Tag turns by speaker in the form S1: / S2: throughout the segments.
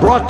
S1: brought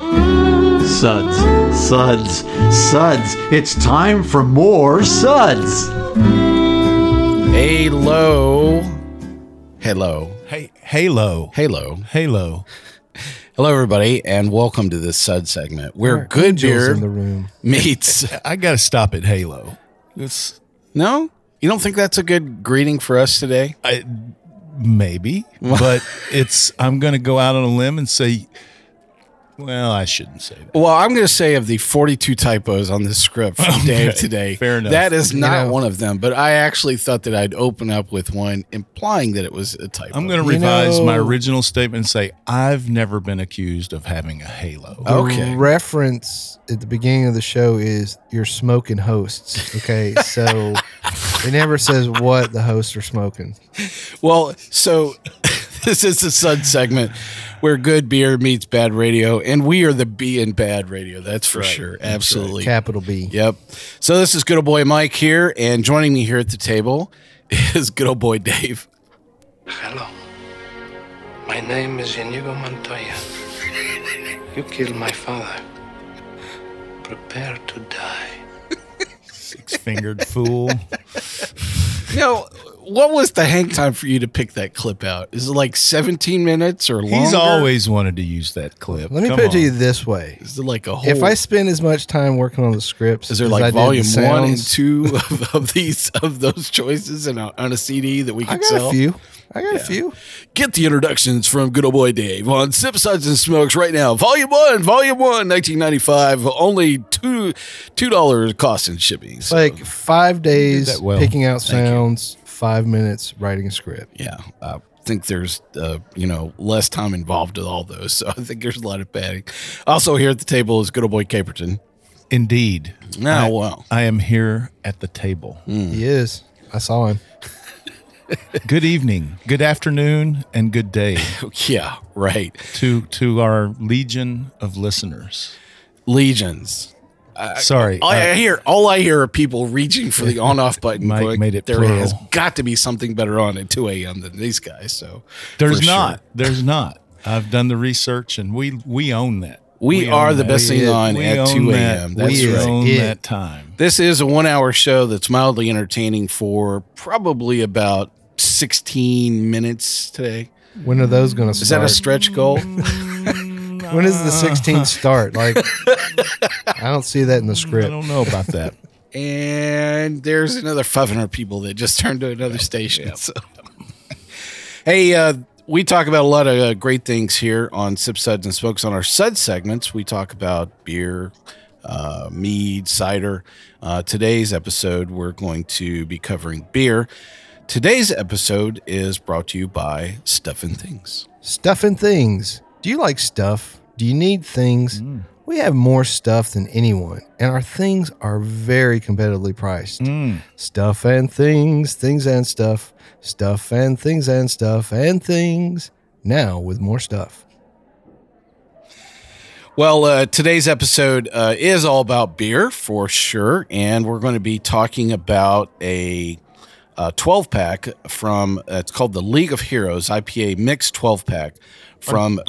S1: Suds, suds, suds. It's time for more suds.
S2: Hello. Hello.
S3: Hey, Halo.
S2: Hello.
S3: Halo.
S2: Hello, everybody, and welcome to this Sud segment where good
S4: angels
S2: beer
S4: in the room.
S2: meets.
S3: I got to stop at Halo. It's
S2: No? You don't think that's a good greeting for us today?
S3: I, maybe, but it's I'm going to go out on a limb and say well, I shouldn't say that.
S2: Well, I'm going to say of the 42 typos on this script from Dave today,
S3: fair enough.
S2: that is not
S4: know.
S2: one of them, but I actually thought that I'd open up with one implying that it was a typo.
S3: I'm going to
S4: You
S3: revise my
S4: know-
S3: original statement and say I've never been accused of having a halo.
S2: Oh. Okay.
S4: Reference at the beginning of the show is you're smoking hosts. Okay, so it never says what the hosts are smoking.
S2: Well, so this is the Sud segment where good beer meets bad radio, and we are the B in bad radio. That's for sure. Absolutely.
S4: Capital B.
S2: Yep. So this is good old boy Mike here, and joining me here at the table is good old boy Dave.
S5: Hello. My name is Inigo Montoya. You killed my father. Prepare to die.
S3: Six-fingered fool.
S2: Now, what was the hang time for you to pick that clip out? Is it like 17 minutes or longer?
S3: He's always wanted to use that clip.
S4: Let me
S3: Come
S4: put it to
S3: on.
S4: you this way:
S2: Is it like a whole?
S4: if I spend as much time working on the scripts,
S2: is there
S4: as
S2: like
S4: I did the
S2: volume one and
S4: sounds,
S2: two of, of these of those choices and on a CD that we
S4: I
S2: could
S4: got
S2: sell?
S4: a few. I got a few.
S2: Get the introductions from good old boy Dave on Sip Sides and Smokes right now. Volume one, volume one, 1995, only two two dollars cost and shipping.
S4: It's
S2: So,
S4: like five days
S3: that well.
S4: picking out sounds, five minutes writing a script.
S2: yeah, I think there's uh, you know less time involved with all those, so I think there's a lot of padding. Also here at the table is good old boy Caperton.
S3: Indeed.
S2: Now, wow,
S3: I am here at the table.
S2: Mm.
S4: He is. I saw him.
S3: Good evening, good afternoon, and good day
S2: yeah, right,
S3: to to our legion of listeners.
S2: legions.
S3: Sorry.
S2: All I
S3: uh,
S2: hear, all I hear are people reaching for the on-off button.
S3: Mike
S2: going,
S3: made it
S2: There
S3: plural.
S2: has got to be something better on at 2 a.m. than these guys. So
S3: There's
S2: for sure.
S3: not. There's not. I've done the research, and we we own that.
S2: We,
S3: own
S2: are the
S3: that.
S2: best thing on
S3: We
S2: at
S3: own
S2: 2
S3: that.
S2: a.m. That's
S3: we
S4: is
S2: right.
S3: own
S4: it.
S3: that time.
S2: This is a one hour show that's mildly entertaining for probably about 16 minutes today.
S4: When are those going to start?
S2: Is that a stretch goal?
S4: When does the 16th start? Like, I don't see that in the
S3: I
S4: script.
S3: don't know about that.
S2: and there's another 500 people that just turned to another station. So. hey, uh, we talk about a lot of uh, great things here on Sip Suds and Smokes on our Sud segments. We talk about beer, uh, mead, cider. Uh, today's episode, we're going to be covering beer. Today's episode is brought to you by Stuff and Things.
S4: Stuffing things. Do you like stuff? Do you need things?
S3: Mm.
S4: We have more stuff than anyone, and our things are very competitively priced.
S3: Mm.
S4: Stuff and things, things and stuff, stuff and things and stuff and things. Now with more stuff.
S2: Well, uh, today's episode uh, is all about beer for sure, and we're going to be talking about a uh, 12 pack from uh, it's called the League of Heroes IPA mixed 12 pack from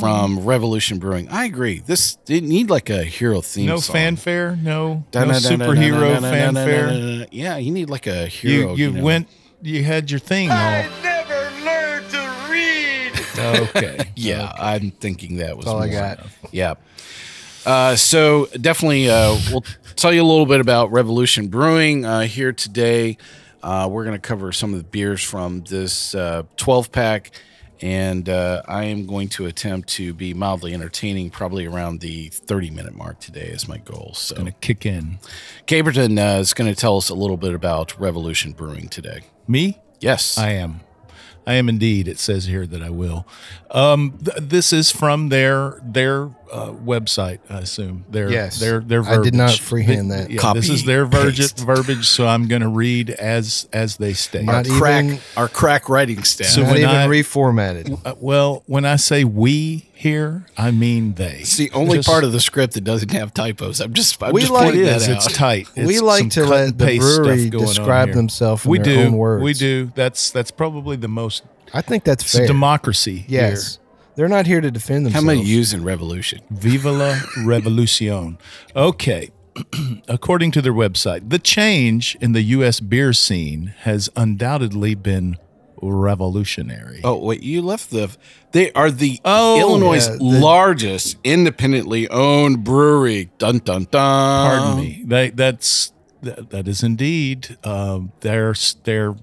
S2: from Revolution Brewing. I agree. This didn't need like a hero theme.
S3: No
S2: song.
S3: fanfare. No, no
S2: Dun-dun-dun-dun-dun-dun-dun-dun-dun-dun-dun-dun.
S3: superhero fanfare.
S2: Uh, Yeah, you need like a hero.
S3: You you
S2: know.
S3: went. You had your thing. All.
S5: never learned to read.
S3: Okay.
S2: Yeah, I'm thinking that was
S4: That's all I
S2: more.
S4: got.
S2: Yeah. Uh, so definitely, uh, we'll tell you a little bit about Revolution Brewing uh, here today. Uh, we're going to cover some of the beers from this uh, 12 pack, and uh, I am going to attempt to be mildly entertaining, probably around the 30 minute mark today is my goal. So,
S3: Gonna kick in.
S2: Caperton uh, is going to tell us a little bit about Revolution Brewing today.
S3: Me.
S2: Yes.
S3: I am. I am indeed. It says here that I will. Um, th- this is from their their uh, website, I assume. Their
S4: Yes.
S3: their their.
S4: I
S3: Verbiage.
S4: did not freehand
S3: Th-
S4: that.
S3: yeah, this is their
S2: Copy,
S3: verbiage,
S2: paste.
S3: verbiage, so I'm going to read as as they state.
S4: Not even-
S2: crack our crack writing staff.
S3: So-
S4: not
S3: when
S4: even
S3: I-
S4: reformatted.
S3: Uh, well, when I say we here, I mean they.
S2: it's the only
S3: Just-
S2: part of the script that doesn't have typos. I'm just I'm
S4: We
S2: just
S4: like
S3: it
S2: pointing
S4: it.
S3: is.
S2: that
S3: It's
S2: out.
S3: tight.
S4: We
S3: It's some
S4: like to
S3: cut
S4: let
S3: and
S4: the
S3: paste stuff
S4: brewery
S3: going on
S4: describe
S3: here.
S4: themselves in
S3: we
S4: their
S3: do.
S4: own words.
S3: We do. That's that's probably the most
S4: I think that's
S3: it's a
S4: fair.
S3: democracy.
S4: yes. They're not here to defend
S2: How
S4: themselves.
S2: many using revolution?
S3: Here. Viva la revolucion. Okay. According to their website, the change in the U.S. beer scene has undoubtedly been revolutionary.
S2: Oh wait, you left the. They are the
S3: Oh,
S2: Illinois'
S4: yeah, the-
S2: largest independently owned brewery. Dun dun dun. Um,
S3: Pardon me. They, that's that, that is indeed um, their their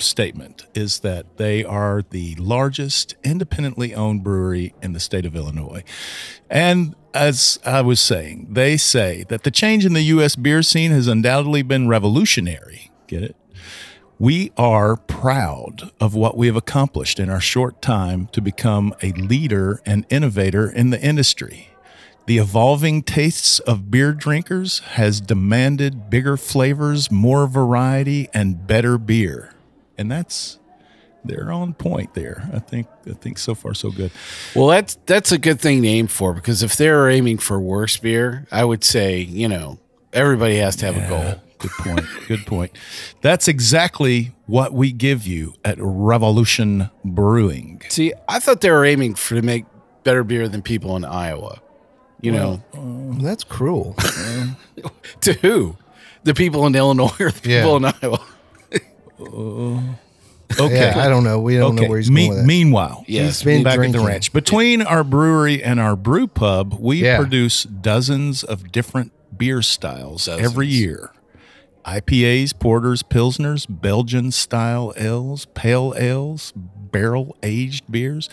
S3: statement is that they are the largest independently owned brewery in the state of Illinois. And as I was saying, they say that the change in the U.S. beer scene has undoubtedly been revolutionary. Get it? We are proud of what we have accomplished in our short time to become a leader and innovator in the industry. The evolving tastes of beer drinkers has demanded bigger flavors, more variety, and better beer. And that's they're on point there. I think I think so far so good.
S2: Well, that's that's a good thing to aim for because if they're aiming for worse beer, I would say you know everybody has to have a goal.
S3: Uh, Good point. Good point. That's exactly what we give you at Revolution Brewing.
S2: See, I thought they were aiming for to make better beer than people in Iowa. You know,
S4: That's cruel.
S2: to who? The people in Illinois or the
S4: Yeah.
S2: people in Iowa?
S3: Okay.
S4: Yeah, I don't know. We don't
S3: okay.
S4: know where he's
S3: Me-
S4: going with that.
S3: Meanwhile,
S2: Yes.
S4: been
S3: back at
S4: drinking.
S3: the ranch. Between our brewery and our brew pub, we
S4: Yeah.
S3: produce dozens of different beer styles every
S2: Dozens.
S3: year. IPAs, porters, pilsners, Belgian style ales, pale ales, barrel aged beers.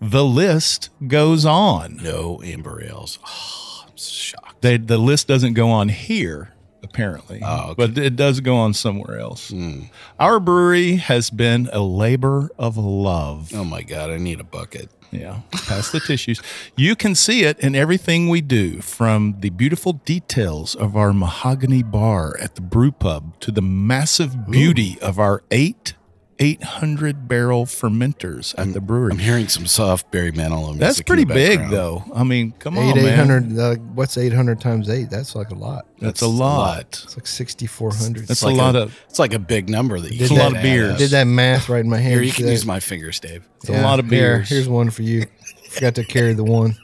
S3: The list goes on.
S2: No amber ales. Oh, I'm shocked.
S3: They, the list doesn't go on here, apparently,
S2: Ah,
S3: but it does go on somewhere else.
S2: Hmm.
S3: Our brewery has been a labor of love.
S2: Oh my god, I need a bucket.
S3: Yeah, pass the tissues. You can see it in everything we do, from the beautiful details of our mahogany bar at the brew pub to the massive beauty of our eight 800 barrel fermenters at the brewery.
S2: I'm hearing some soft Barry Manilow. music
S3: That's
S2: in
S3: pretty
S2: the
S3: big,
S2: background.
S3: though. I mean, come
S4: Eight
S3: on,
S4: eight
S3: man.
S4: hundred. Uh, what's eight hundred times eight? That's like a lot.
S3: That's
S2: That's a
S3: a lot.
S4: It's like sixty four hundred.
S3: That's
S2: It's like
S3: a lot of
S2: It's like a big number that you
S4: Did
S2: can
S4: that-
S2: add up.
S3: beers.
S4: Did that math right in my hand.
S2: Here, you can
S4: today.
S2: use my fingers, Dave.
S3: It's a lot of
S4: Here,
S3: beers.
S4: here's one for you. Forgot to carry the one.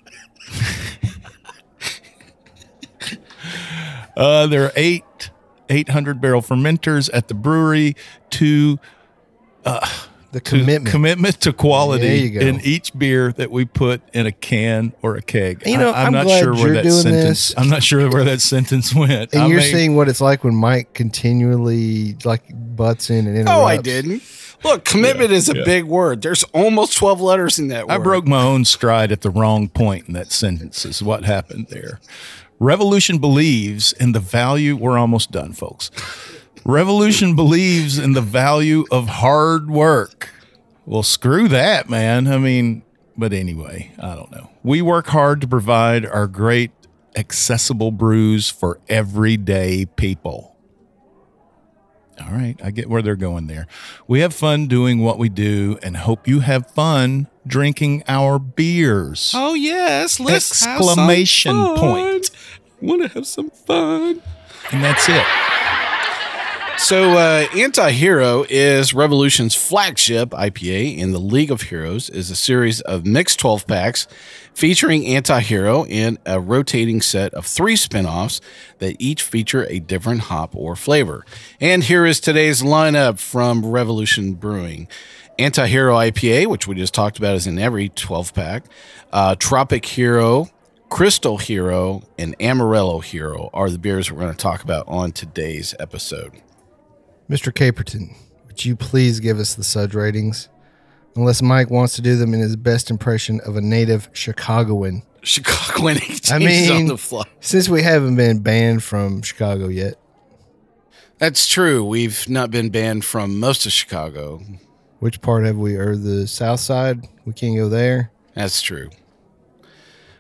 S3: Uh, there are eight 800 barrel fermenters at the brewery to
S4: The
S3: to-
S4: commitment.
S3: commitment to
S4: There
S3: quality
S4: you go.
S3: in each beer that we put in a can or a keg.
S4: You know,
S3: I, am
S4: I'm
S3: not
S4: glad
S3: sure where
S4: you're
S3: that
S4: doing
S3: sentence.
S4: this.
S3: I'm not sure where that sentence went.
S4: and
S3: I
S4: you're
S3: may-
S4: seeing what it's like when Mike continually like butts in and
S3: Oh,
S4: interrupts.
S2: No, I didn't. Look, commitment is a big word. There's almost 12 letters in that word.
S3: I broke my own stride at the wrong point in that sentence. Is what happened there. Revolution believes in the value. We're almost done, folks. Revolution believes in the value of hard work. Well, screw that, man. I mean, but anyway, I don't know. We work hard to provide our great accessible brews for everyday people. All right, I get where they're going there. We have fun doing what we do and hope you have fun drinking our beers.
S2: Oh, yes. Let's have some
S3: Exclamation
S2: fun.
S3: point.
S2: Want to have some fun.
S3: And that's it.
S2: So, uh, Anti Hero is Revolution's flagship IPA, and the League of Heroes is a series of mixed 12 packs featuring Anti Hero in a rotating set of three spin offs that each feature a different hop or flavor. And here is today's lineup from Revolution Brewing. Anti Hero IPA, which we just talked about, is in every 12 pack. Uh, Tropic Hero, Crystal Hero, and Amarillo Hero are the beers we're going to talk about on today's episode.
S4: Mr. Caperton, would you please give us the Sud ratings? Unless Mike wants to do them in his best impression of a native Chicagoan.
S2: Chicago winning teams
S4: I
S2: on
S4: mean,
S2: the fly.
S4: since we haven't been banned from Chicago yet,
S2: That's true. We've not been banned from most of Chicago.
S4: Which part have we? Or the south side? We can't go there.
S2: That's true.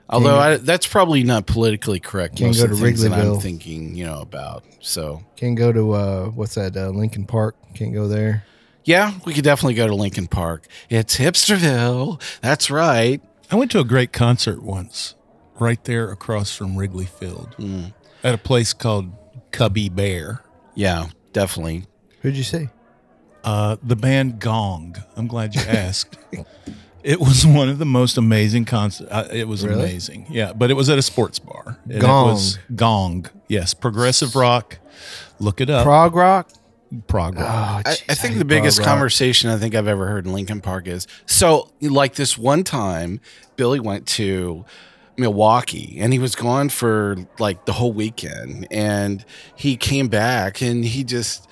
S2: Although I, that's probably not politically correct.
S4: Can't
S2: most
S4: go
S2: of
S4: to
S2: the things that I'm
S4: Wrigleyville.
S2: thinking, you know, about. So
S4: Can't go to uh, what's that? Uh, Lincoln Park. Can't go there.
S2: yeah, we could definitely go to Lincoln Park. It's Hipsterville. That's right.
S3: I went to a great concert once, right there across from Wrigley Field, at a place called Cubby Bear.
S2: Yeah, definitely.
S4: Who'd you see?
S3: Uh, the band Gong. I'm glad you asked. it was one of the most amazing concerts. Uh, it was
S4: Really?
S3: amazing. Yeah, but it was at a sports bar. and
S4: Gong.
S3: It was Gong. Yes, progressive rock. Look it up.
S4: Prog rock.
S3: prog rock.
S4: Oh,
S2: Uh, I, I
S4: jeez,
S2: think
S4: hate
S2: the biggest
S4: prog rock.
S2: conversation I think I've ever heard in Lincoln Park is so like this one time Billy went to Milwaukee and he was gone for like the whole weekend and he came back and he just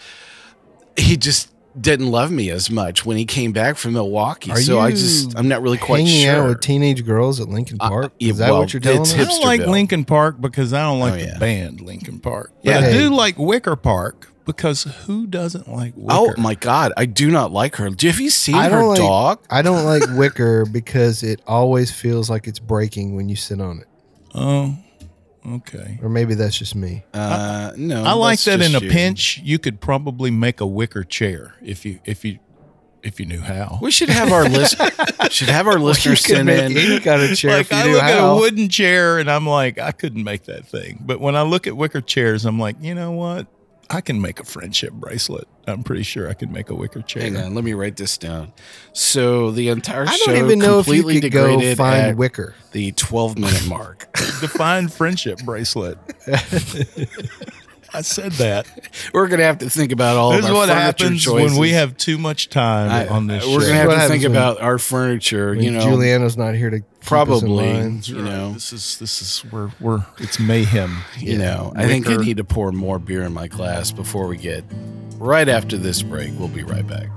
S2: he just didn't love me as much when he came back from Milwaukee.
S4: Are
S2: so I
S4: you
S2: just I'm not really quite
S4: Hanging
S2: sure.
S4: out with teenage girls at Lincoln
S2: Uh,
S4: Park.
S2: yeah,
S4: Is that
S2: well,
S4: what you're telling
S2: it's
S4: us?
S3: I don't like
S2: Hipsterville.
S3: Lincoln Park because I don't like
S2: Oh, yeah.
S3: the band Lincoln Park. But
S2: Yeah.
S3: I
S4: Hey.
S3: do like Wicker Park because who doesn't like Wicker?
S2: Oh my god, I do not like her. Do- Have you seen
S4: I
S2: her
S4: don't like-
S2: dog?
S4: I don't like wicker because it always feels like it's breaking when you sit on it.
S3: Oh, okay.
S4: Or maybe that's just me.
S2: Uh, no,
S3: I like
S2: that's
S3: that in
S2: just
S3: a
S2: you.
S3: pinch you could probably make a wicker chair if you if you if you knew how.
S2: We should have our list. should have our listeners
S4: You can
S2: send
S4: make
S2: in.
S4: any kind of chair
S3: like
S4: if you
S3: I
S4: knew
S3: look at
S4: how.
S3: a wooden chair and I'm like I couldn't make that thing. But when I look at wicker chairs I'm like, you know what? I can make a friendship bracelet. I'm pretty sure I could make a wicker chair.
S2: Hang on, let me write this down. So the entire
S4: I
S2: show
S4: don't even know if you
S2: completely
S4: could go
S2: degraded
S4: find
S2: at
S4: wicker.
S2: the 12 minute mark.
S3: Define friendship bracelet. I said that.
S2: we're gonna have to think about all
S3: This
S2: of
S3: is
S2: our
S3: what
S2: furniture
S3: happens
S2: choices.
S3: when we have too much time
S2: I- uh,
S3: on this
S2: We're
S3: show.
S2: gonna have
S4: What
S2: to
S4: happens
S2: think
S4: when-
S2: about our furniture. You know,
S4: Juliana's not here to keep us in
S2: probably.
S4: line.
S2: You know,
S3: this is this is we're we're it's mayhem.
S2: you know. I think I
S3: Wicker.
S2: need to pour more beer in my glass before we get right after this break. We'll be right back.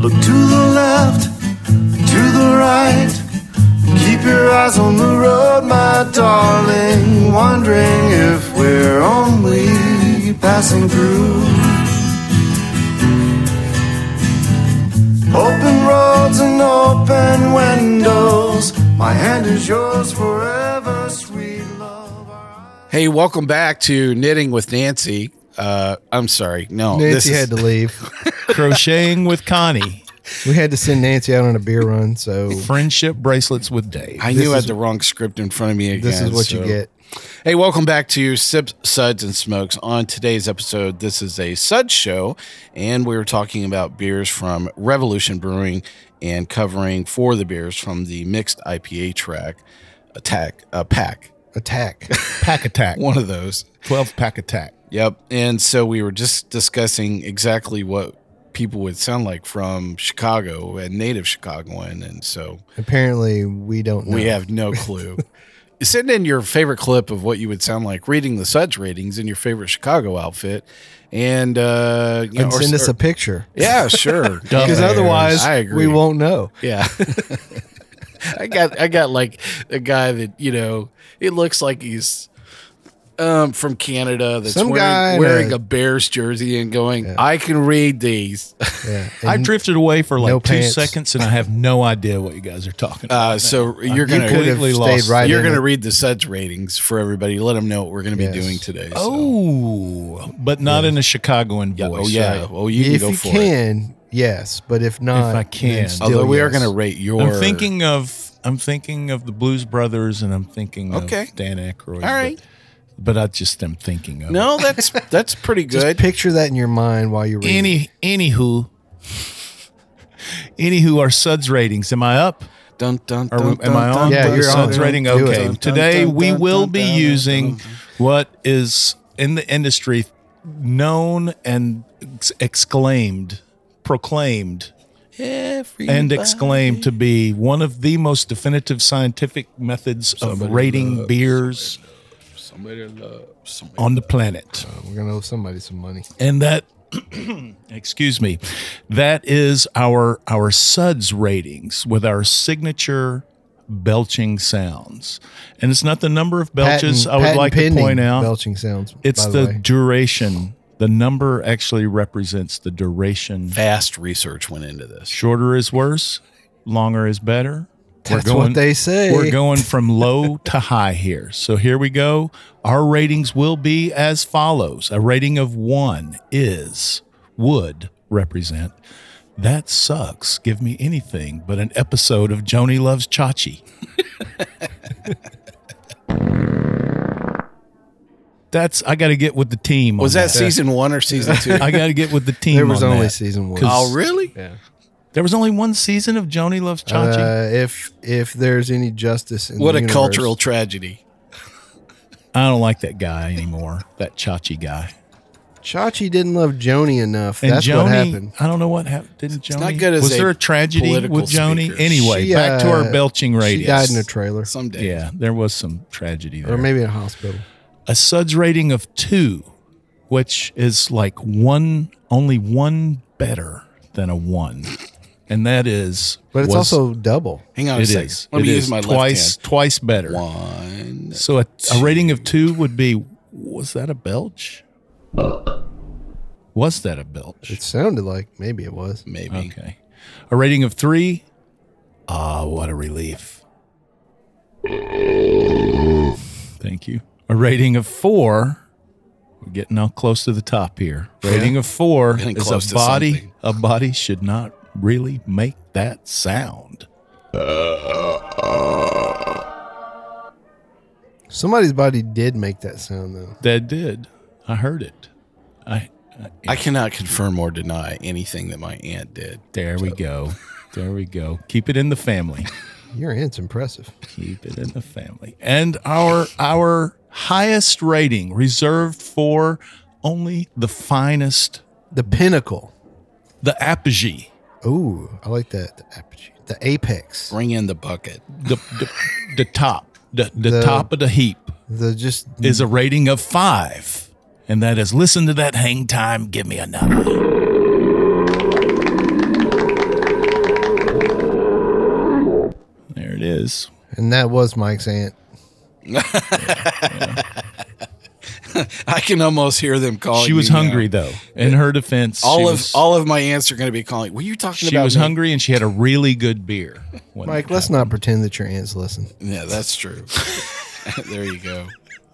S6: Look to the left, to the right. Keep your eyes on the road, my darling. Wondering if we're only passing through. Open roads and open windows. My hand is yours forever, sweet love. Our eyes-
S2: Hey, welcome back to Knitting with Nancy. Uh, I'm sorry. No, this
S4: Nancy
S2: is-
S4: had to leave.
S3: crocheting with Connie,
S4: We had to send Nancy out on a beer run, so
S3: friendship bracelets with Dave.
S2: I
S4: This
S2: knew I had
S4: is-
S2: the wrong script in front of me again.
S4: this is what you
S2: so-
S4: get.
S2: Hey, welcome back to Sips, Suds, and Smokes. On today's episode, this is a Suds show, and we were talking about beers from Revolution Brewing and covering four of the beers from the mixed IPA track attack uh, pack.
S4: Attack.
S3: pack attack,
S2: One of those.
S3: twelve pack attack.
S2: Yep. And so we were just discussing exactly what people would sound like from Chicago, a native Chicagoan, and so
S4: Apparently, we don't know.
S2: We have no clue. Send in your favorite clip of what you would sound like reading the suds ratings in your favorite Chicago outfit, and uh, you
S4: and
S2: or-
S4: send us
S2: or-
S4: a picture
S2: yeah, sure,
S4: because otherwise,
S2: I agree.
S4: we won't know.
S2: Yeah, I got I got like a guy that you know it looks like he's um from Canada that's
S4: Some
S2: wearing,
S4: guy in
S2: wearing
S4: a-
S2: a Bears jersey and going, I can read these.
S4: Yeah.
S3: I
S4: And
S3: drifted away for like
S4: No
S3: two
S4: pants.
S3: seconds, and I have no idea what you guys are talking about.
S2: Uh, so you're
S4: you
S2: gonna
S4: could have
S3: completely
S4: stayed
S3: lost.
S4: right.
S2: you're
S4: in
S2: gonna
S4: it.
S2: read the suds ratings for everybody. Let them know what we're gonna
S4: Yes.
S2: be doing today. so.
S3: oh, but not in a Chicagoan voice.
S2: Oh yeah.
S3: right?
S2: Well, you can
S4: if
S2: go
S4: you
S2: for it.
S4: can, yes, but if not,
S3: I can.
S4: then still
S2: Although we are
S4: yes.
S2: going to rate your.
S3: I'm thinking of I'm thinking of the Blues Brothers, and I'm thinking
S2: Okay.
S3: of Dan Aykroyd.
S2: All right.
S3: but, but I just am thinking of
S2: No, that's that's pretty
S4: Just
S2: good.
S4: picture that in your mind while you're reading.
S3: Any anywho, anywho, our suds ratings. Am I up?
S2: Dun dun.
S3: Are
S2: dun,
S3: we, am I on?
S4: Yeah,
S3: The
S4: you're on.
S3: sun's rating.
S4: Do it.
S3: Okay.
S4: Dun,
S3: Today
S2: dun,
S3: we
S2: dun,
S3: will
S2: dun,
S3: be
S2: dun,
S3: using what is in the industry known and ex- exclaimed, proclaimed, and exclaimed to be one of the most definitive scientific methods of rating beers on the planet
S4: We're gonna owe somebody some money.
S3: and that excuse me that is our our suds ratings with our signature belching sounds and it's not the number of belches
S4: Patent-
S3: i would
S4: patent
S3: like to
S4: pending
S3: point out
S4: belching sounds.
S3: it's
S4: by
S3: the
S4: way.
S3: duration the number actually represents the duration
S2: Vast research went into this.
S3: shorter is worse longer is better
S4: That's what they say.
S3: we're going from low to high here. So here we go. Our ratings will be as follows. A rating of one is would represent that sucks. Give me anything but an episode of Joni Loves Chachi. That's I got to get with the team. on
S2: Was that season one or season two?
S3: I got to get with the team.
S4: There was
S3: on
S4: only
S3: that.
S4: season one.
S2: oh,
S3: 'Cause
S2: really?
S3: There was only one season of Joni Loves Chachi.
S4: Uh, if if there's any justice in
S2: What
S4: the
S2: a
S4: universe-
S2: cultural tragedy.
S3: I don't like that guy anymore. That Chachi guy.
S4: Chachi didn't love Joni enough.
S3: And
S4: That's
S3: Joni,
S4: what happened.
S3: I don't know what happened. Didn't Joni?
S2: not good as
S3: was
S2: a
S3: there a tragedy
S2: political
S3: with Joni?
S2: speaker.
S3: Anyway,
S4: She,
S3: back to
S4: uh,
S3: our belching radius.
S4: She died in a trailer,
S2: Someday.
S3: yeah, there was some tragedy there.
S4: or maybe in a hospital.
S3: a suds rating of two, which is like one, only one better than a one, and that is.
S4: But it's
S3: was-
S4: also double.
S2: Hang on
S3: it
S2: a second.
S3: is.
S2: Let me
S3: It
S2: use
S3: is
S2: my
S3: twice,
S2: twice.
S3: twice better.
S2: left hand. One.
S3: So a, a rating of two would be. Was that a belch? Was that a belch?
S4: It sounded like maybe it was.
S2: Maybe.
S3: Okay. A rating of three. Ah, what a relief. Thank you. A rating of four. We're getting all close to the top here. Rating of four
S2: Getting
S3: is
S2: close
S3: a
S2: to
S3: body.
S2: something.
S3: A body should not really make that sound.
S4: Somebody's body did make that sound though.
S3: That did. I heard it. I.
S2: I cannot confirm or deny anything that my aunt did.
S3: There we go. There we go. Keep it in the family.
S4: Your aunt's impressive.
S3: keep it in the family. And our our highest rating reserved for only the finest,
S4: The pinnacle.
S3: the apogee,
S4: Ooh, I like that. The apogee. The apex.
S2: Bring in the bucket.
S3: the the, the top, the, the,
S4: The-
S3: top of the heap
S4: The just
S3: is
S2: Mm.
S3: a rating of five. And that is listen to that hang time, give me another. There it is.
S4: and that was Mike's aunt.
S2: I can almost hear them calling.
S3: She was
S2: you now.
S3: hungry though. In her defense, she
S2: All of
S3: was-
S2: all of my aunts are going to be calling. Were you talking
S3: she
S2: about?
S3: was
S2: me?"
S3: hungry and she had a really good beer. when
S4: Mike,
S3: that
S4: let's not pretend that your aunt's listening.
S2: Yeah, that's true. there you go.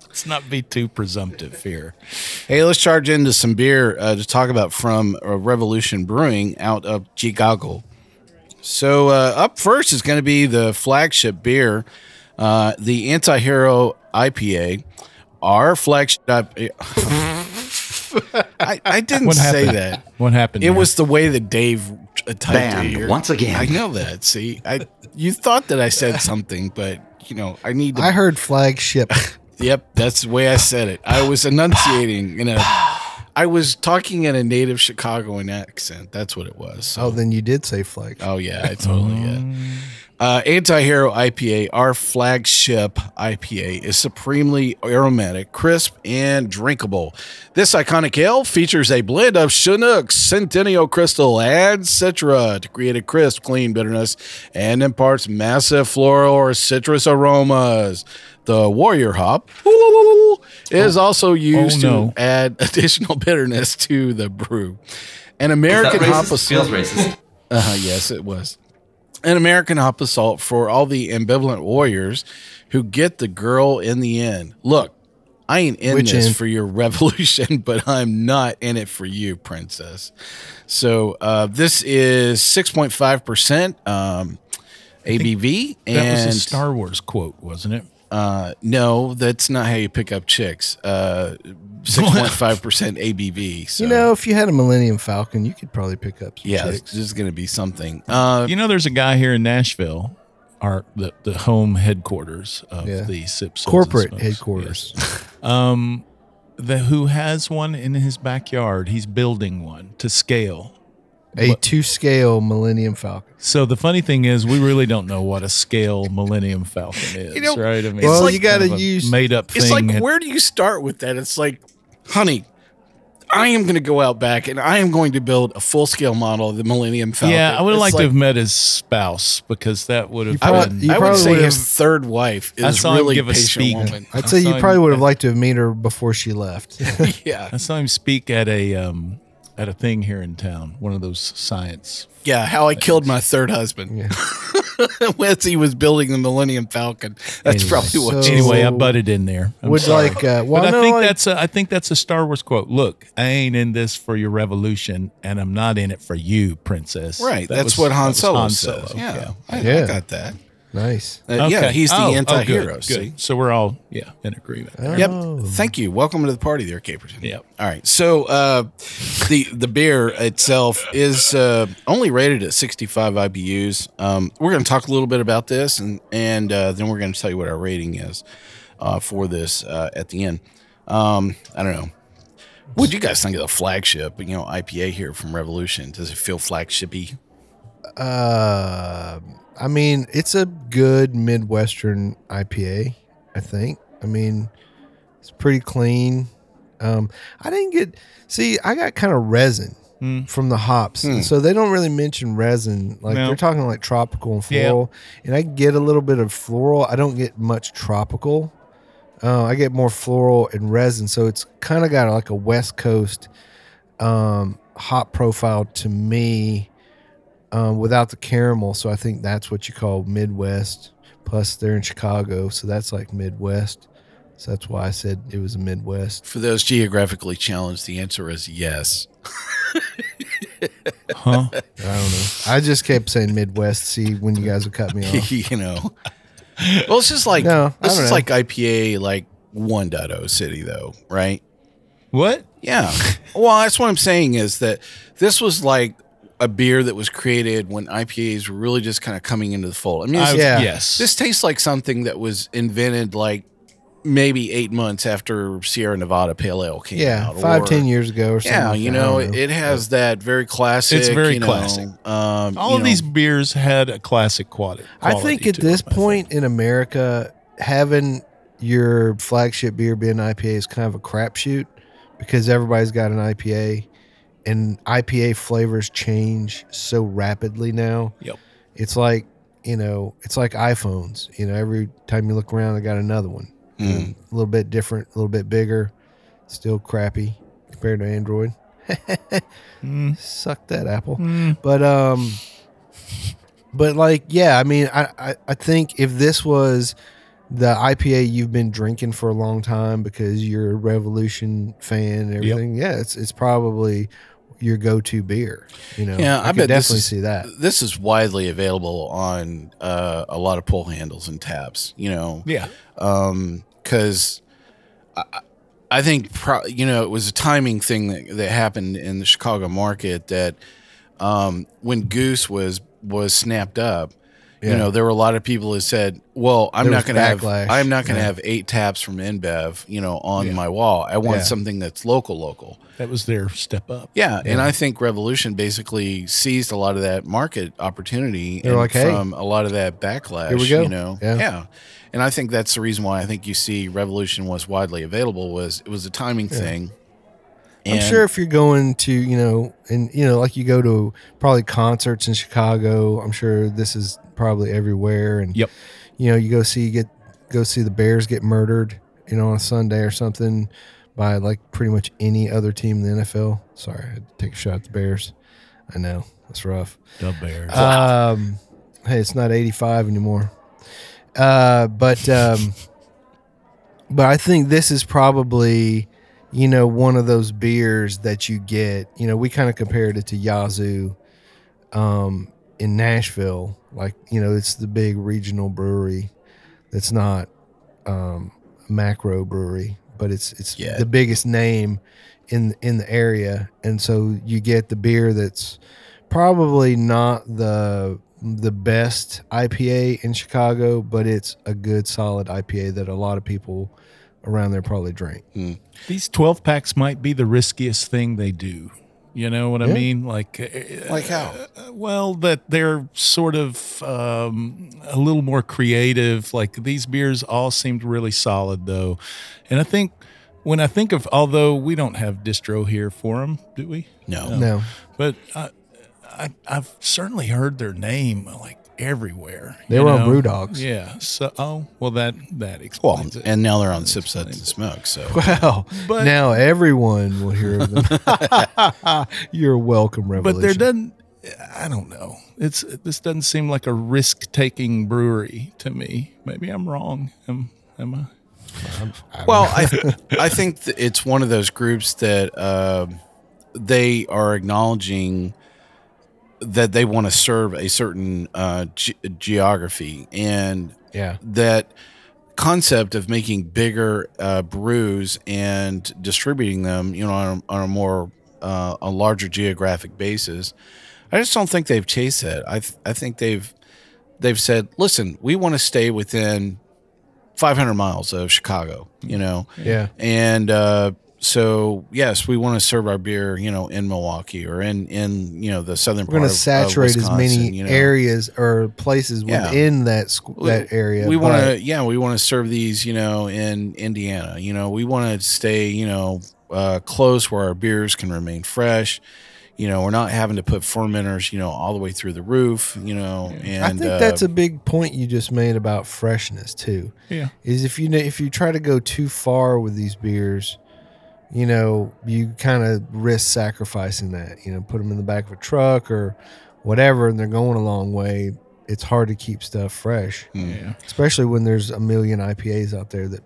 S3: Let's not be too presumptive here.
S2: Hey, let's charge into some beer uh, to talk about from uh, Revolution Brewing out of Chicago. So uh, up first is going to be the flagship beer, uh, the Antihero IPA. Our flagship. IPA. I, I didn't say that.
S3: What happened?
S2: It
S3: there?
S2: was the way that Dave uh, typed
S1: Banned
S2: it here.
S1: once again.
S2: I know that. See, I you thought that I said something, but you know I need to.
S4: I heard flagship.
S2: yep, that's the way I said it. I was enunciating in a. I was talking in a native Chicagoan accent. That's what it was. So-
S4: oh, then you did say flagship.
S2: Oh yeah, I totally get. it. Uh, Anti-Hero IPA, our flagship IPA, is supremely aromatic, crisp, and drinkable. This iconic ale features a blend of Chinook, Centennial Crystal, and Citra to create a crisp, clean bitterness and imparts massive floral or citrus aromas. The Warrior hop is also used
S3: Oh, no.
S2: to add additional bitterness to the brew. An American hop
S7: racist? Feels racist.
S2: uh, yes, it was. An American Hop Assault for all the ambivalent warriors who get the girl in the end. Look, I ain't in
S4: Which
S2: this
S4: end?
S2: for your revolution, but I'm not in it for you, princess. So uh, this is 6.5% um, ABV. And
S3: that was a Star Wars quote, wasn't it?
S2: uh, no, that's not how you pick up chicks. Uh, 6.5% ABV. So,
S4: You know, if you had a Millennium Falcon, you could probably pick up some
S2: yeah,
S4: chicks.
S2: this is going to be something. Uh,
S3: You know, there's a guy here in Nashville. our the, the home headquarters of
S4: Yeah.
S3: the Sip Suds and
S4: Corporate
S3: Smokes.
S4: headquarters.
S3: Yes. Um, the who has one in his backyard. He's building one to scale.
S4: A two scale Millennium Falcon.
S3: So the funny thing is, we really don't know what a scale Millennium Falcon is,
S2: know,
S3: right? I mean,
S4: Well,
S3: it's
S4: you gotta
S3: kind of a
S4: use-
S3: made-up thing.
S2: It's like,
S3: and-
S2: where do you start with that? It's like, honey, I am going to go out back and I am going to build a full scale model of the Millennium Falcon.
S3: yeah, I would have
S2: It's
S3: liked to
S2: like-
S3: have met his spouse because that would have.
S4: You probably-
S3: been-
S4: you
S2: I would
S4: probably
S2: say
S4: would've-
S2: his third wife is
S3: I saw him
S2: really
S3: give a
S2: patient
S3: speak.
S2: woman.
S4: I'd say you
S3: Sorry.
S4: probably would have liked to have met her before she left.
S2: yeah,
S3: I saw him speak at a um, at a thing here in town, one of those science.
S2: yeah. How I killed my third husband
S4: Yeah.
S2: as he was building the Millennium Falcon. That's
S3: Anyway,
S2: probably what.
S4: so-
S2: she-
S3: Anyway, I
S4: So-
S3: butted in there. I'm
S4: would
S3: sorry.
S4: like uh well
S3: but I
S4: no,
S3: think
S4: like-
S3: that's a, I think that's a Star Wars quote. Look, I ain't in this for your revolution, and I'm not in it for you, princess.
S2: Right,
S3: That
S2: that's
S3: was-
S2: what
S3: that
S2: Han
S3: was
S2: Solo says. Yeah, I, I
S4: Yeah.
S2: got that.
S4: nice.
S2: Uh, Yeah,
S3: Okay.
S2: he's the
S3: Oh, oh, good,
S2: anti-hero.
S3: good.
S2: see?
S3: So we're all yeah in agreement. there.
S2: Yep.
S4: Oh.
S2: Thank you. Welcome to the party, there, Caperton.
S3: Yep.
S2: All right. So uh, the the beer itself is uh, only rated at 65 IBUs. Um, we're going to talk a little bit about this, and and uh, then we're going to tell you what our rating is uh, for this uh, at the end. Um, I don't know. What do you guys think of the flagship? You know, IPA here from Revolution. Does it feel flagshipy?
S4: Uh, I mean, it's a good Midwestern IPA, I think. I mean, it's pretty clean. Um, I didn't get, see, I got kind of resin
S3: Hmm.
S4: from the hops.
S2: Hmm.
S4: So they don't really mention resin. Like
S3: No.
S4: they're talking like tropical and
S3: Yeah.
S4: floral. And I get a little bit of floral. I don't get much tropical. Uh, I get more floral and resin. So it's kind of got like a West Coast um, hop profile to me um, without the caramel. So I think that's what you call Midwest. Plus, they're in Chicago, so that's like Midwest. So that's why I said it was a Midwest.
S2: For those geographically challenged, the answer is yes.
S3: Huh?
S4: I don't know. I just kept saying Midwest. See when you guys would cut me off.
S2: you know. Well, it's just like
S4: No, I
S2: this
S4: don't
S2: is
S4: know.
S2: like IPA like 1.0 city though, right?
S3: what?
S2: Yeah. well, that's what I'm saying is that this was like a beer that was created when IPAs were really just kind of coming into the fold. I mean,
S3: I-
S2: this,
S4: Yeah.
S3: Yes.
S2: this tastes like something that was invented like maybe eight months after Sierra Nevada Pale Ale came
S4: Yeah,
S2: out.
S4: five
S2: or-
S4: ten years ago or something.
S2: Yeah,
S4: like
S2: you
S4: that. I
S2: know,
S4: don't
S2: it, it has that very classic.
S3: very
S2: you know,
S3: classic.
S2: Um,
S3: all
S2: you
S3: of
S2: know,
S3: these beers had a classic quality.
S4: I think
S3: quality
S4: at
S3: to
S4: this
S3: them, I
S4: point in America, having your flagship beer be an IPA is kind of a crapshoot because everybody's got an IPA, and IPA flavors change so rapidly now.
S3: Yep.
S4: It's like you know, it's like iPhones. You know, every time you look around, I got another one,
S2: mm.
S4: a little bit different, a little bit bigger, still crappy compared to Android.
S3: Mm.
S4: Suck that apple
S3: Mm.
S2: Mm-hmm.
S4: but um but like yeah i mean I, I i think if this was the ipa you've been drinking for a long time because you're a revolution fan and everything yeah it's it's probably your go-to beer you know
S2: Yeah, I,
S4: could
S2: bet this
S4: definitely
S2: is-
S4: see that
S2: This is widely available on uh, a lot of pull handles and taps. You know,
S3: Yeah.
S2: because I, I think pro- you know it was a timing thing that, that happened in the Chicago market that um, when Goose was was snapped up. You
S4: Yeah.
S2: know, there were a lot of people who said, "Well, I'm
S4: There
S2: not
S4: was
S2: going to have
S4: backlash.
S2: I'm not going to
S4: Yeah.
S2: have eight taps from InBev, you know, on my wall. I want
S4: Yeah.
S2: something that's local, local."
S3: That was their step up.
S2: Yeah, and I think Revolution basically seized a lot of that market opportunity
S4: They're
S2: and
S4: like, hey,
S2: from a lot of that backlash.
S4: here we go.
S2: You know,
S4: Yeah.
S2: and I think that's the reason why I think you see Revolution was widely available was it was a timing thing.
S4: i'm sure if you're going to you know and you know like you go to probably concerts in chicago i'm sure this is probably everywhere and
S3: Yep.
S4: you know, you go see get go see the Bears get murdered, you know, on a Sunday or something by like pretty much any other team in the NFL. Sorry, I had to take a shot at the Bears. I know that's rough.
S3: The bears.
S4: Um, hey, it's not 85 anymore. Uh, but um, but I think this is probably you know one of those beers that you get. You know, we kind of compared it to Yazoo um, in Nashville. Like you know, it's the big regional brewery that's not um, macro brewery, but it's it's
S2: Yeah.
S4: the biggest name in in the area, and so you get the beer that's probably not the the best IPA in Chicago, but it's a good solid IPA that a lot of people around there probably drink.
S3: Mm. These 12 packs might be the riskiest thing they do. You know what I
S4: Yeah.
S3: mean? Like, uh,
S2: Like how?
S3: well, that they're sort of um, a little more creative. Like these beers all seemed really solid, though. And I think when I think of, although we don't have distro here for them, do we?
S2: No.
S4: No,
S3: But I, I, I've certainly heard their name like everywhere.
S4: They
S3: you
S4: were on
S3: know?
S4: Brewdog's.
S3: Yeah. So, oh, well, that that
S2: Well,
S3: explains it.
S2: and now they're on Sip Suds and Smoke. So
S4: well,
S3: But-
S4: now everyone will hear of them. You're welcome, Revolution.
S3: but there doesn't i don't know it's this doesn't seem like a risk-taking brewery to me maybe i'm wrong am, am i
S2: Well, I I think th- it's one of those groups that um they are acknowledging that they want to serve a certain uh, ge- geography, and
S4: yeah,
S2: that concept of making bigger uh, brews and distributing them, you know, on a, on a more uh, a larger geographic basis. I just don't think they've chased that. I th- I think they've they've said, listen, we want to stay within 500 miles of Chicago, you know,
S4: yeah.
S2: and uh, so yes, we want to serve our beer, you know, in Milwaukee or in in you know the southern
S4: We're going
S2: part
S4: to
S2: of- of
S4: saturate as many
S2: Wisconsin, you know.
S4: areas or places
S2: Yeah.
S4: within that squ-
S2: We-
S4: that area.
S2: We want
S4: but-
S2: to, yeah, we want to serve these, you know, in Indiana. You know, we want to stay, you know, uh, close where our beers can remain fresh. You know, we're not having to put fermenters, you know, all the way through the roof. You know, and
S4: I think
S2: uh,
S4: that's a big point you just made about freshness too.
S3: yeah
S4: Is if you if you try to go too far with these beers, you know you kind of risk sacrificing that. You know, put them in the back of a truck or whatever, and they're going a long way. It's hard to keep stuff fresh,
S3: Hmm. yeah
S4: especially when there's a million IPAs out there that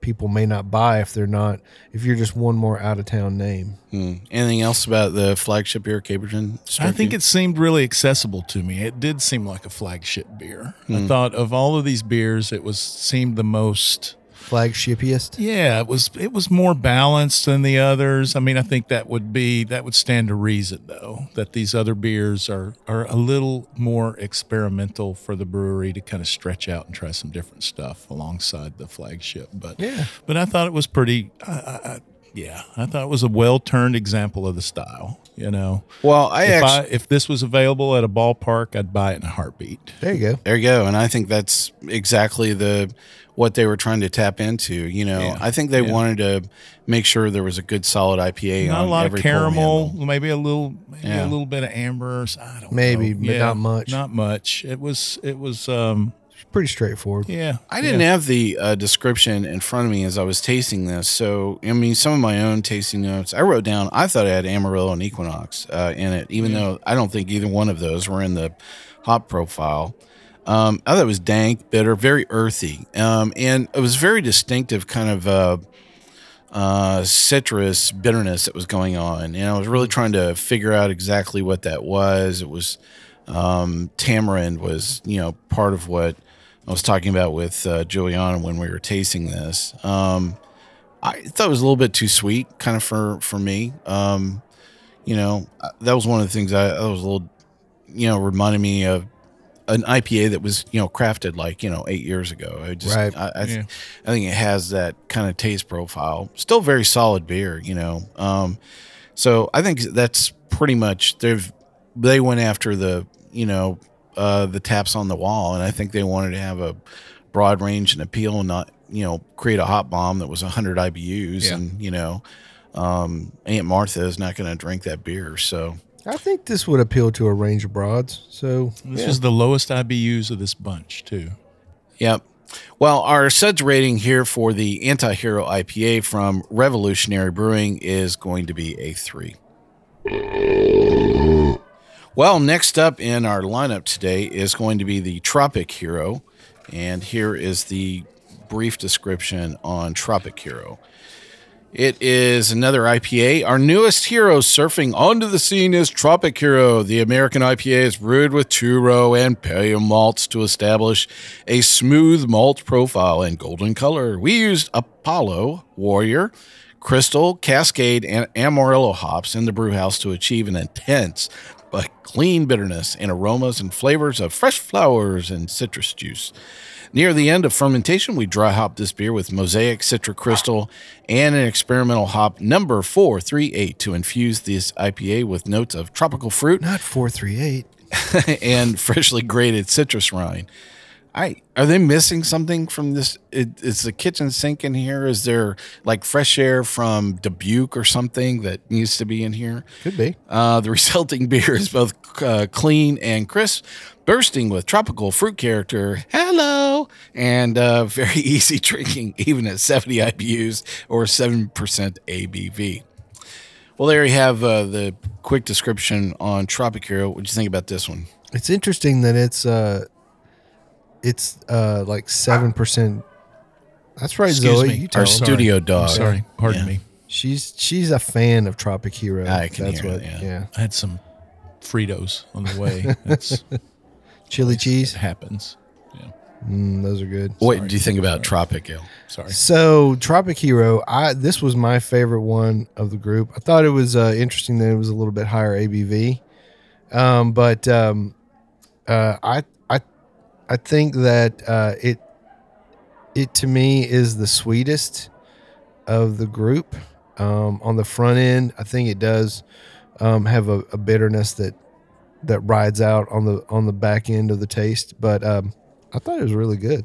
S4: people may not buy if they're not if you're just one more out of town name.
S2: hmm. anything else about the flagship beer, Caperton?
S3: I think it seemed really accessible to me. It did seem like a flagship beer. I thought of all of these beers, it was seemed the most
S4: Flagshipiest.
S3: Yeah, it was it was more balanced than the others. I mean, I think that would be that would stand to reason though that these other beers are are a little more experimental for the brewery to kind of stretch out and try some different stuff alongside the flagship. But
S4: Yeah.
S3: but I thought it was pretty. I, I, I, yeah, I thought it was a well turned example of the style. You know,
S2: Well, I
S3: if
S2: actually.
S3: I, if this was available at a ballpark, I'd buy it in a heartbeat.
S4: There you go.
S2: There you go. And I think that's exactly the what they were trying to tap into. You know,
S3: Yeah.
S2: I think they
S3: Yeah.
S2: wanted to make sure there was a good solid IPA
S3: Not
S2: on
S3: a lot of
S2: every pole handle.
S3: caramel, maybe a little, maybe
S2: Yeah.
S3: a little bit of amber. so I don't
S4: Maybe,
S3: know.
S4: but not much.
S3: Not much. It was, it was, um,
S4: Pretty straightforward.
S3: yeah.
S2: I didn't have the uh, description in front of me as I was tasting this. So, I mean, some of my own tasting notes, I wrote down, I thought it had Amarillo and Equinox uh, in it, even though I don't think either one of those were in the hop profile. Um, I thought it was dank, bitter, very earthy. Um, and it was very distinctive kind of uh, uh, citrus bitterness that was going on. And I was really trying to figure out exactly what that was. It was um, tamarind was, you know, part of what I was talking about with uh, Juliana when we were tasting this. Um, I thought it was a little bit too sweet, kind of for for me. Um, you know, uh, that was one of the things I, I was a little, you know, reminded me of an IPA that was, you know, crafted like you know eight years ago. I just,
S4: Right.
S2: I, I,
S3: Yeah.
S2: I think it has that kind of taste profile. Still very solid beer, you know. Um, so I think that's pretty much they've they went after the you know uh, the taps on the wall, and I think they wanted to have a broad range and appeal, and not you know create a hot bomb that was hundred IBUs,
S3: Yeah.
S2: and you know um, Aunt Martha is not going to drink that beer. So
S4: I think this would appeal to a range of broads. So
S3: This was the lowest IBUs of this bunch too.
S2: Yep. Well, our suds rating here for the anti-hero IPA from Revolutionary Brewing is going to be a three. Well, next up in our lineup today is going to be the Tropic Hero, and here is the brief description on Tropic Hero. It is another IPA. Our newest hero surfing onto the scene is Tropic Hero. The American IPA is brewed with churro and paleo malts to establish a smooth malt profile and golden color. We used Apollo, Warrior, Crystal, Cascade, and Amarillo hops in the brew house to achieve an intense by clean bitterness and aromas and flavors of fresh flowers and citrus juice. Near the end of fermentation, we dry hop this beer with Mosaic Citra Crystal and an experimental hop number 438 to infuse this IPA with notes of tropical fruit
S4: Not 438.
S2: and freshly grated citrus rind. I are they missing something from this? It, is the kitchen sink in here? Is there like fresh air from Dubuque or something that needs to be in here?
S4: Could be.
S2: Uh, the resulting beer is both uh, clean and crisp, bursting with tropical fruit character. Hello, and uh, very easy drinking, even at 70 IBUs or 7% ABV. Well, there you have uh, the quick description on Tropicero. What do you think about this one?
S4: It's interesting that it's uh it's uh like 7%. That's right, Zoe. You tell
S2: Our
S4: them.
S2: studio dog.
S3: Oh, I'm sorry, pardon
S2: Yeah.
S3: me.
S4: She's she's a fan of Tropic Hero.
S2: I can
S4: That's
S2: hear
S4: what.
S2: it, yeah.
S3: I had some Fritos on the way. That's
S4: Chili cheese.
S3: it happens.
S4: Mm, those are good.
S2: What do you think about Tropic Ale?
S3: Sorry.
S4: So Tropic Hero, I this was my favorite one of the group. I thought it was uh, interesting that it was a little bit higher ABV, um, but um, uh, I I I think that uh, it it to me is the sweetest of the group. Um, on the front end, I think it does um, have a, a bitterness that that rides out on the on the back end of the taste, but um, I thought it was really good.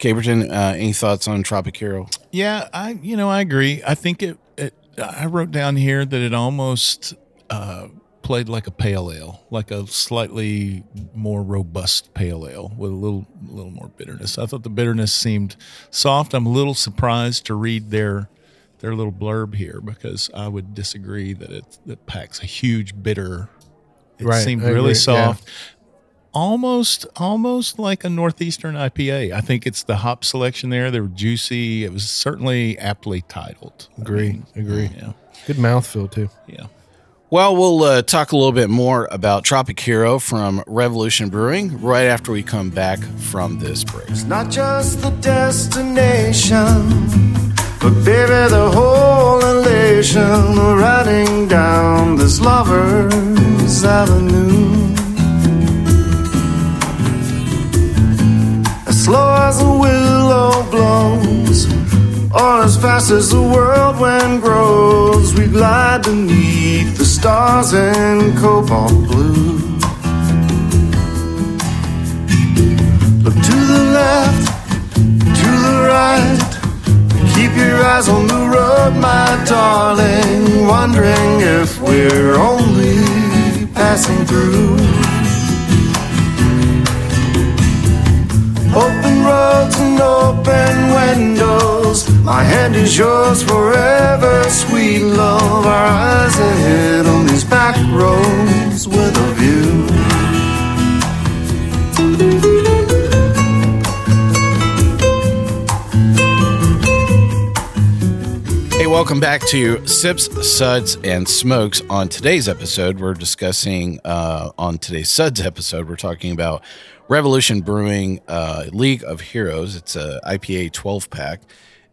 S2: Caperton, uh, any thoughts on Tropic Hero?
S3: Yeah, I you know I agree. I think it, it I wrote down here that it almost uh, played like a pale ale, like a slightly more robust pale ale with a little little more bitterness. I thought the bitterness seemed soft. I'm a little surprised to read their their little blurb here because I would disagree that it that packs a huge bitter. It
S4: Right,
S3: seemed
S4: I
S3: really
S4: agree, yeah.
S3: soft. Almost, almost like a northeastern IPA. I think it's the hop selection there. They were juicy. It was certainly aptly titled.
S4: Agree, agree.
S3: Yeah,
S4: Good mouthfeel too.
S3: yeah.
S2: Well, we'll uh, talk a little bit more about Tropic Hero from Revolution Brewing right after we come back from this break.
S6: It's not just the destination, but baby, the whole elation of riding down this lover's avenue. As slow as a willow blows, or as fast as the world wind grows, we glide beneath the stars in cobalt blue. Look to the left, to the right. Keep your eyes on the road, my darling. Wondering if we're only passing through. Open roads and open windows. My hand is yours forever, sweet love. Our eyes ahead on these back roads with a view.
S2: Hey, welcome back to Sips, Suds, and Smokes. On today's episode, we're discussing, uh, on today's Suds episode, we're talking about Revolution Brewing uh, League of Heroes. It's a IPA 12 pack,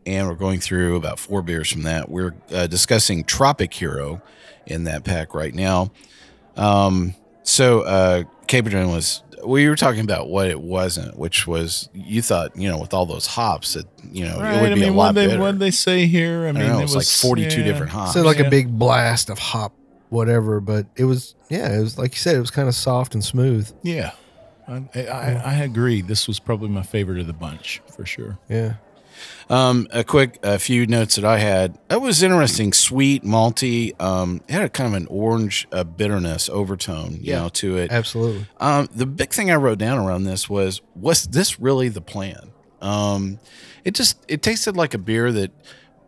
S2: and we're going through about four beers from that. We're uh, discussing Tropic Hero in that pack right now. Um, so, uh, Caperton was, we were talking about what it wasn't, which was you thought, you know, with all those hops, that, you know, Oh, it would
S3: I
S2: be
S3: mean,
S2: a lot
S3: what they
S2: better.
S3: what they say here. I
S2: I
S3: mean,
S2: don't know,
S3: it
S2: it's
S3: was
S2: like 42
S3: yeah.
S2: different hops.
S4: So like
S3: Yeah.
S4: a big blast of hop, whatever. But it was, yeah, it was like you said, it was kind of soft and smooth.
S3: Yeah, I, I, I agree. This was probably my favorite of the bunch for sure.
S4: Yeah,
S2: um, a quick a few notes that I had. That was interesting. Sweet, malty. Um, it had a kind of an orange uh, bitterness overtone, you know, to it.
S4: absolutely.
S2: Um, the big thing I wrote down around this was, was this really the plan? Um, it just it tasted like a beer that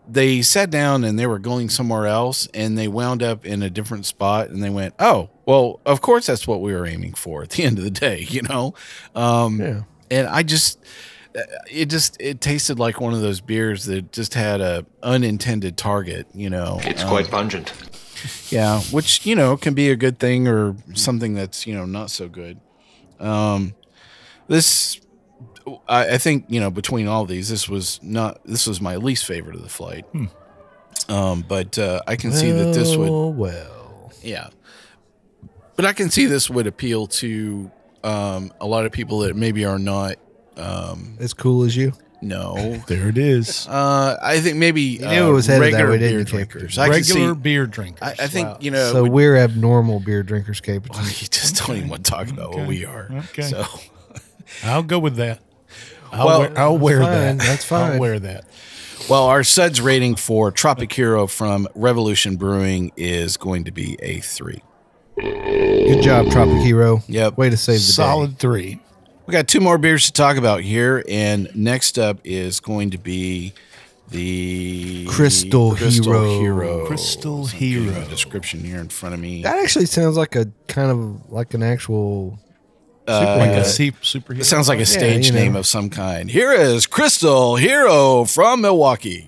S2: they sat down and they were going somewhere else, and they wound up in a different spot, and they went, "Oh, well, of course that's what we were aiming for." At the end of the day, you know, um,
S4: Yeah.
S2: and I just it just it tasted like one of those beers that just had a unintended target, you know.
S7: It's
S2: Um,
S7: quite pungent.
S2: yeah, which you know can be a good thing or something that's you know not so good. Um, this, I, I think you know between all these, this was not this was my least favorite of the flight. Um, but uh, I can see that this would
S4: Oh well.
S2: yeah. But I can see this would appeal to um, a lot of people that maybe are not. Um,
S4: As cool as you.
S2: no,
S3: There it is.
S2: uh, I think maybe you
S4: knew
S2: uh,
S4: it was headed that
S2: regular
S4: way, didn't
S2: beer
S4: you, Captain?
S2: drinkers. I can
S3: Regular
S2: see.
S3: beer drinkers.
S2: I, I think
S3: Wow.
S2: you know.
S4: so
S2: we-
S4: we're abnormal beer drinkers, Capers.
S2: you just don't even want to talk about what we are.
S3: Okay.
S2: So
S3: I'll go with that. I'll
S2: Well,
S3: wear, I'll wear that.
S4: fine, that's fine.
S3: I'll wear that.
S2: Well, our suds rating for Tropic Hero from Revolution Brewing is going to be a three.
S4: Good job, Tropic Hero.
S2: Yep.
S4: Way to save the day.
S3: Solid three.
S2: We got two more beers to talk about here, and next up is going to be the
S4: Crystal Hero.
S2: Oh,
S3: Crystal
S2: I'm getting
S3: Hero.
S2: the description here in front of me.
S4: That actually sounds like a kind of like an actual.
S3: like a se- superhero.
S2: Uh, It sounds like a stage
S4: you know.
S2: name of some kind. Here is Crystal Hero from Milwaukee.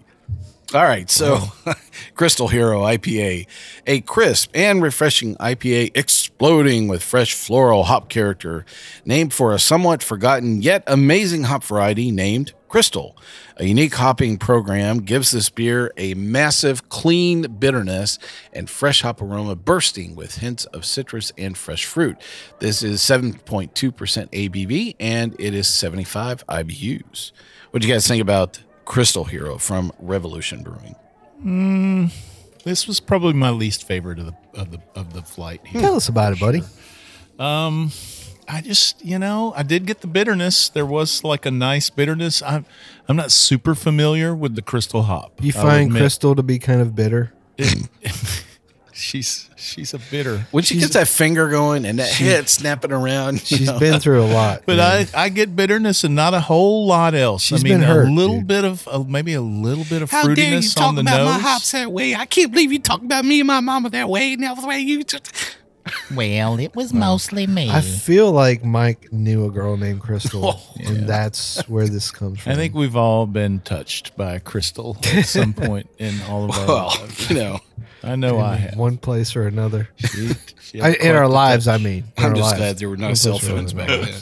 S2: All right, so Crystal Hero IPA, a crisp and refreshing IPA exploding with fresh floral hop character, named for a somewhat forgotten yet amazing hop variety named Crystal. A unique hopping program gives this beer a massive clean bitterness and fresh hop aroma bursting with hints of citrus and fresh fruit. This is 7.2% ABV and it is 75 IBUs. What do you guys think about Crystal Hero from Revolution Brewing?
S3: This was probably my least favorite of the of the of the flight.
S2: Hmm.
S3: Here.
S4: Tell us about it, buddy.
S3: Um, I just you know I did get the bitterness. There was like a nice bitterness. I'm I'm not super familiar with the crystal hop.
S4: You
S3: I'll
S4: find
S3: admit.
S4: Crystal to be kind of bitter.
S3: she's she's a bitter.
S2: When she gets that finger going and that head snapping around, you
S4: She's
S2: know.
S4: been through a lot.
S3: But I, I get bitterness and not a whole lot else. I
S4: She's
S3: mean,
S4: been hurt,
S3: a little
S4: dude.
S3: bit of uh, maybe a little bit of fruitiness on the nose.
S2: that way? I can't believe you talk about me and my mama that way. Now the way you just
S7: Well, it was mostly me.
S4: I feel like Mike knew a girl named Crystal, and that's where this comes from.
S3: I think we've all been touched by a crystal at some point in all of our
S2: well,
S3: lives.
S2: you know,
S3: I know I
S4: In
S3: have.
S4: one place or another.
S3: She- she had
S4: I, in
S3: quite
S4: our
S3: the
S4: lives, I mean. In
S2: I'm
S4: our
S2: just
S4: lives.
S2: glad there were no
S4: One
S2: cell
S4: place or
S2: phones back
S4: another.
S2: then.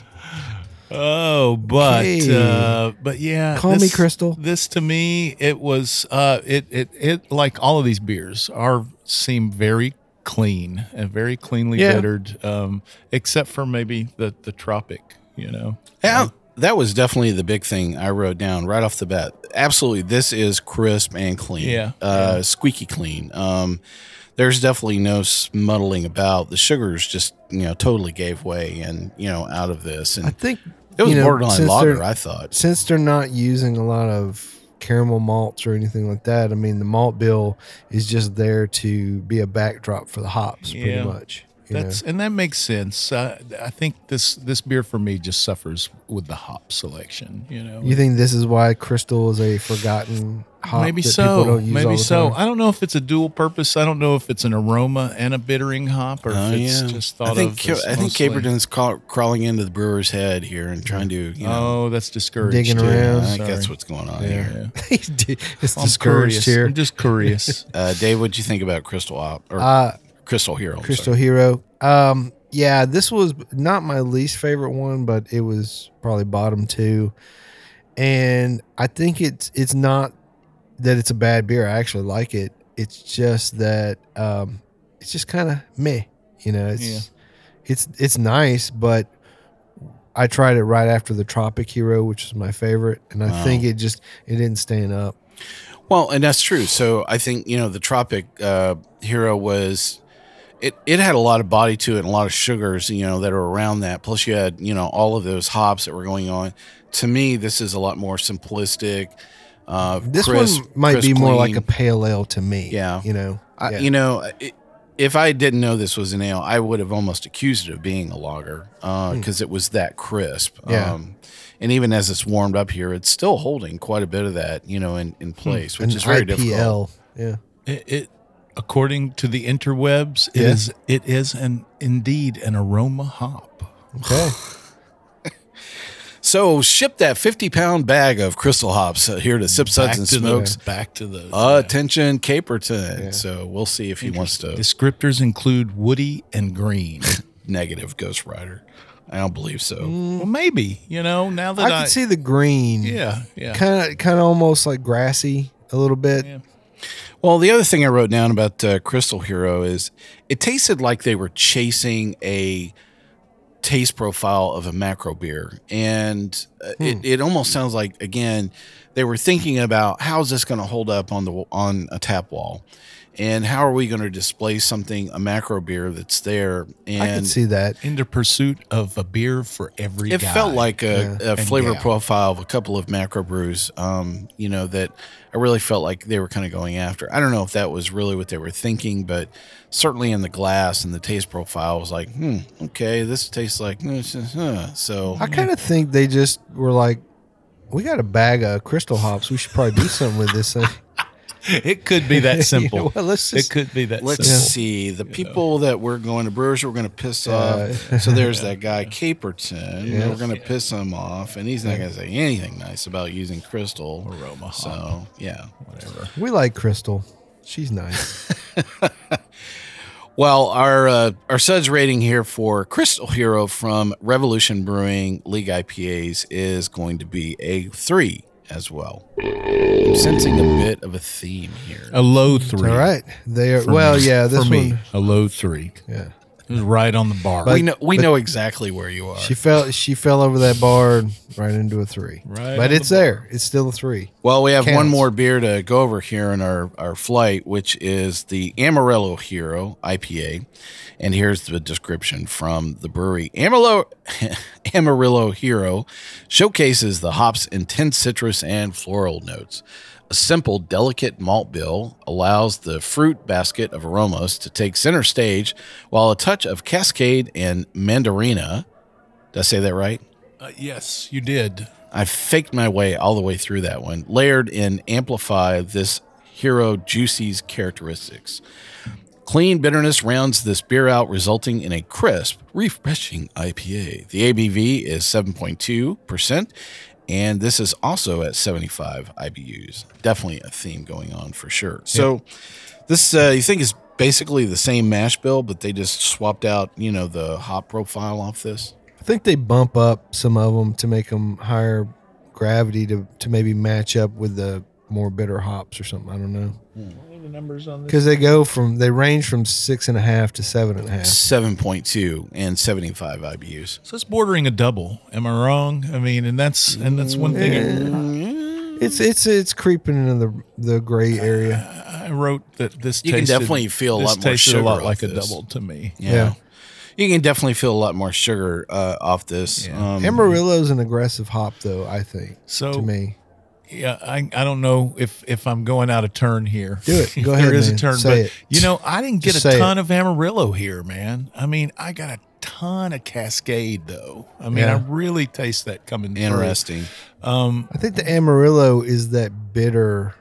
S3: Oh, but
S4: Okay.
S3: uh, but yeah,
S4: Call me Crystal.
S3: This to me, it was uh, it it it like all of these beers are seem very clean and very cleanly
S4: Yeah.
S3: bittered, um, except for maybe the the tropic. You know,
S2: Yeah, that was definitely the big thing I wrote down right off the bat. Absolutely, this is crisp and clean.
S3: Yeah.
S2: uh, squeaky clean. Um, there's definitely no smuddling about. The sugars just you know totally gave way and you know out of this,
S4: I
S2: and
S4: think
S2: it was
S4: you know,
S2: borderline
S4: since
S2: lager.
S4: they're-
S2: I thought.
S4: since they're not using a lot of caramel malts or anything like that, I mean, the malt bill is just there to be a backdrop for the hops,
S3: Yeah.
S4: pretty much. you know.
S3: that's and that makes sense. Uh, I think this this beer for me just suffers with the hop selection. You know,
S4: You think this is why Crystal is a forgotten hop?
S3: maybe
S4: that
S3: so.
S4: People don't use all
S3: maybe
S4: the
S3: so.
S4: time?
S3: I don't know if it's a dual purpose. I don't know if it's an aroma and a bittering hop, or
S2: Oh
S3: if it's
S2: yeah,
S3: just thought
S2: I think
S3: of.
S2: Ca-
S3: as
S2: I think
S3: mostly-
S2: Caperton's ca- crawling into the brewer's head here and trying to you know.
S3: Oh, that's discouraged.
S4: Digging
S3: yeah.
S4: around.
S2: I think
S3: sorry.
S2: that's what's going on here.
S3: Yeah.
S4: it's
S3: I'm
S4: discouraged
S3: curious.
S4: here.
S3: I'm just curious.
S2: Uh, Dave, what'd you think about Crystal Op or
S4: Uh,
S2: Crystal Hero? I'm
S4: Crystal Hero. Um, yeah, this was not my least favorite one, but it was probably bottom two. And I think it's it's not that it's a bad beer. I actually like it. It's just that um, it's just kind of meh. You know, it's it's it's nice, but I tried it right after the Tropic Hero, which is my favorite, and I
S2: Wow.
S4: think it just it didn't stand up.
S2: Well, and that's true. So I think you know the Tropic uh, Hero was it. It had a lot of body to it and a lot of sugars, you know, that are around that. Plus, you had you know all of those hops that were going on. To me, this is a lot more simplistic. Uh,
S4: This
S2: crisp-
S4: one might
S2: crisp
S4: be more like
S2: clean.
S4: a pale ale to me.
S2: Yeah.
S4: you know,
S2: I,
S4: Yeah.
S2: You know, it, if I didn't know this was an ale, I would have almost accused it of being a lager because it was that crisp.
S4: Hmm. Yeah.
S2: Um, and even as it's warmed up here, it's still holding quite a bit of that, you know, in, in place, which
S4: Hmm. an
S2: is very
S4: IPL.
S2: difficult.
S4: Yeah.
S3: it, it, according to the interwebs, it
S4: Yeah.
S3: is it is an indeed an aroma hop.
S4: Okay.
S2: So ship that 50 pound bag of crystal hops uh, here to Sip Suds and
S3: to
S2: Smokes. Uh,
S3: the back to the
S2: Attention, Caperton. So we'll see if he wants to
S3: descriptors include woody and green.
S2: negative Ghost Rider. I don't believe so.
S4: Hmm.
S3: well, maybe you know now that
S4: I
S3: I,
S4: can see the green.
S3: Yeah, yeah.
S4: Kind of, kind of almost like grassy a little bit.
S3: Yeah.
S2: Well, the other thing I wrote down about uh, Crystal Hero is it tasted like they were chasing a taste profile of a macro beer. And uh,
S4: Hmm.
S2: it, it almost sounds like, again, they were thinking about how's this going to hold up on the on a tap wall? And how are we going to display something, a macro beer that's there? And
S4: I can see that.
S3: in the pursuit of a beer for every.
S2: it
S3: guy.
S2: felt like a, a
S3: And
S2: flavor
S3: gal.
S2: profile of a couple of macro brews um, you know that i really felt like they were kind of going after i don't know if that was really what they were thinking but certainly in the glass and the taste profile was like hmm okay this tastes like this is, huh. so
S4: I kind of think they just were like, we got a bag of crystal hops. We should probably do something with this. thing."
S3: It could be
S4: You know
S3: that simple.
S4: what, let's
S3: it
S4: just-
S3: could be that
S2: let's
S3: simple.
S2: see the people that we're going to brewers we're going to piss off so there's that guy caperton we're going to piss him off and he's not going to say anything nice about using crystal
S3: Aroma hop.
S2: so yeah
S3: Whatever.
S4: we like Crystal. She's nice.
S2: Well, our uh, our suds rating here for Crystal Hero from Revolution Brewing League IPAs is going to be a three as well. I'm sensing a bit of a theme here.
S3: A low three.
S4: All right. They are.
S3: for
S4: Well,
S3: me-
S4: yeah. This
S3: for me,
S4: one.
S3: a low three.
S4: Yeah.
S3: It was right on the bar.
S2: we know we know exactly where you are.
S4: She fell. She fell over that bar and right into a three.
S3: Right on
S4: But
S3: the
S4: it's there. It's still a three.
S2: Well, we have one
S4: Counts.
S2: more beer to go over here in our, our flight, which is the Amarillo Hero IPA. And here's the description from the brewery Amarillo, Amarillo Hero showcases the hop's intense citrus and floral notes. A simple, delicate malt bill allows the fruit basket of aromas to take center stage, while a touch of cascade and mandarina. Did I say that right?
S3: Uh, yes, you did.
S2: I faked my way all the way through that one, layered and amplify this hero juicy's characteristics. Clean bitterness rounds this beer out, resulting in a crisp, refreshing IPA. The ABV is 7.2%, and this is also at 75 IBUs. Definitely a theme going on for sure. So, this uh, you think is basically the same mash bill, but they just swapped out, you know, the hop profile off this?
S4: I think they bump up some of them to make them higher gravity to to maybe match up with the more bitter hops or something. I don't know.
S3: Hmm.
S4: Because they go from they range from six and a half to seven and a half.
S2: 7.2 and 75 IBUs.
S3: So it's bordering a double. Am I wrong? I mean, and that's and that's one thing.
S4: It's it's it's creeping into the the gray area.
S3: I wrote that this
S2: You can
S3: tasted-
S2: definitely feel a
S3: this
S2: lot more
S3: tasted
S2: sugar
S3: a lot
S2: off
S3: like a
S2: this.
S3: double to me.
S2: Yeah. You can definitely feel a lot more sugar uh, off this.
S3: Yeah.
S2: Um,
S4: Amarillo's an aggressive hop though. I think
S3: So
S4: to me.
S3: yeah, I, I don't know if if I'm going out of turn here.
S4: Do it. Go ahead,
S3: there is
S4: man.
S3: a turn,
S4: Say
S3: but
S4: it.
S3: you know, I didn't get
S4: Just
S3: a
S4: say
S3: ton of Amarillo here, man. I mean, I got a ton of Cascade though. I mean,
S4: Yeah.
S3: I really taste that coming. through.
S2: interesting.
S3: Um,
S4: I think the Amarillo is that bitter,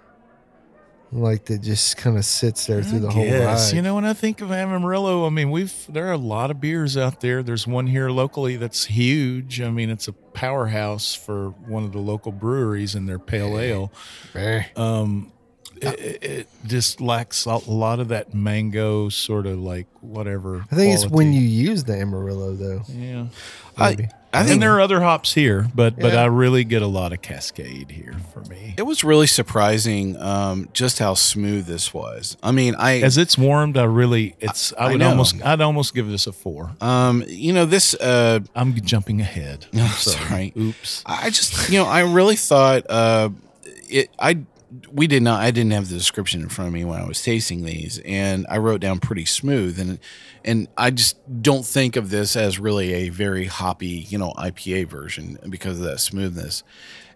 S4: like that just kind of sits there through the
S3: I
S4: whole
S3: guess.
S4: ride.
S3: You know, when I think of Amarillo, I mean, we've there are a lot of beers out there. There's one here locally that's huge. I mean, it's a powerhouse for one of the local breweries and their pale ale.
S4: Eh.
S3: Um,
S4: Uh,
S3: it, it- it just lacks a lot of that mango sort of like whatever.
S4: I think it's when you use the Amarillo though.
S3: yeah.
S2: I, I
S3: and
S2: think
S3: there are other hops here, but but
S4: Yeah.
S3: I really get a lot of Cascade here for me.
S2: it was really surprising um, just how smooth this was. I mean, I
S3: As it's warmed, I really it's I,
S2: I
S3: would
S2: know.
S3: almost I'd almost give this a four.
S4: Uh,
S2: um, you know this. Uh,
S3: I'm jumping ahead.
S2: No,
S3: I'm
S2: sorry.
S3: Oops.
S2: I just you know I really thought uh, it. I we did not. I didn't have the description in front of me when I was tasting these, and I wrote down pretty smooth and and I just don't think of this as really a very hoppy you know IPA version because of that smoothness.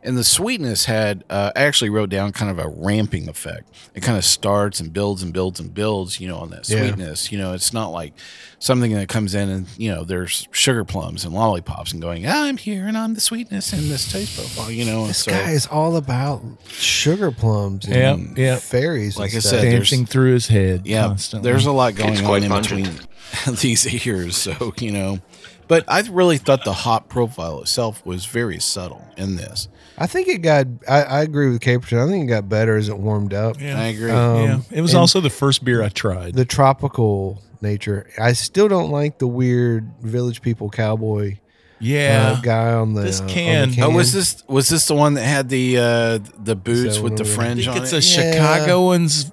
S2: And the sweetness had uh, I actually wrote down kind of a ramping effect. It kind of starts and builds and builds and builds, you know, on that
S4: Yeah.
S2: sweetness. You know, it's not like something that comes in and you know there's sugar plums and lollipops and going, "Ah, I'm here and I'm the sweetness in this taste profile, you know. And
S4: This
S2: so,
S4: guy is all about sugar plums
S3: Yeah,
S4: and
S3: yeah.
S4: fairies. and
S2: Like I
S4: stuff.
S2: said, there's-
S3: Dancing through his head.
S2: yeah,
S3: constantly.
S2: there's a lot going on
S5: quite
S2: in
S5: pungent.
S2: between these ears, so you know. But I really thought the hop profile itself was very subtle in this.
S4: I think it got. I, I agree with Caperton. I think it got better as it warmed up.
S3: Yeah.
S2: I agree.
S3: yeah.
S4: Um,
S3: It was
S4: and
S3: also the first beer I tried.
S4: the tropical nature. I still don't like the weird village people cowboy uh,
S3: yeah.
S4: guy on the
S3: This
S4: uh, on the
S3: can-
S2: oh, was
S4: can.
S2: this was this the one that had the uh, the boots
S4: that
S2: with
S4: one
S2: the
S4: over there?
S3: I
S2: fringe
S3: think
S2: on
S3: it's
S2: it?
S3: a
S4: Yeah.
S3: Chicagoan's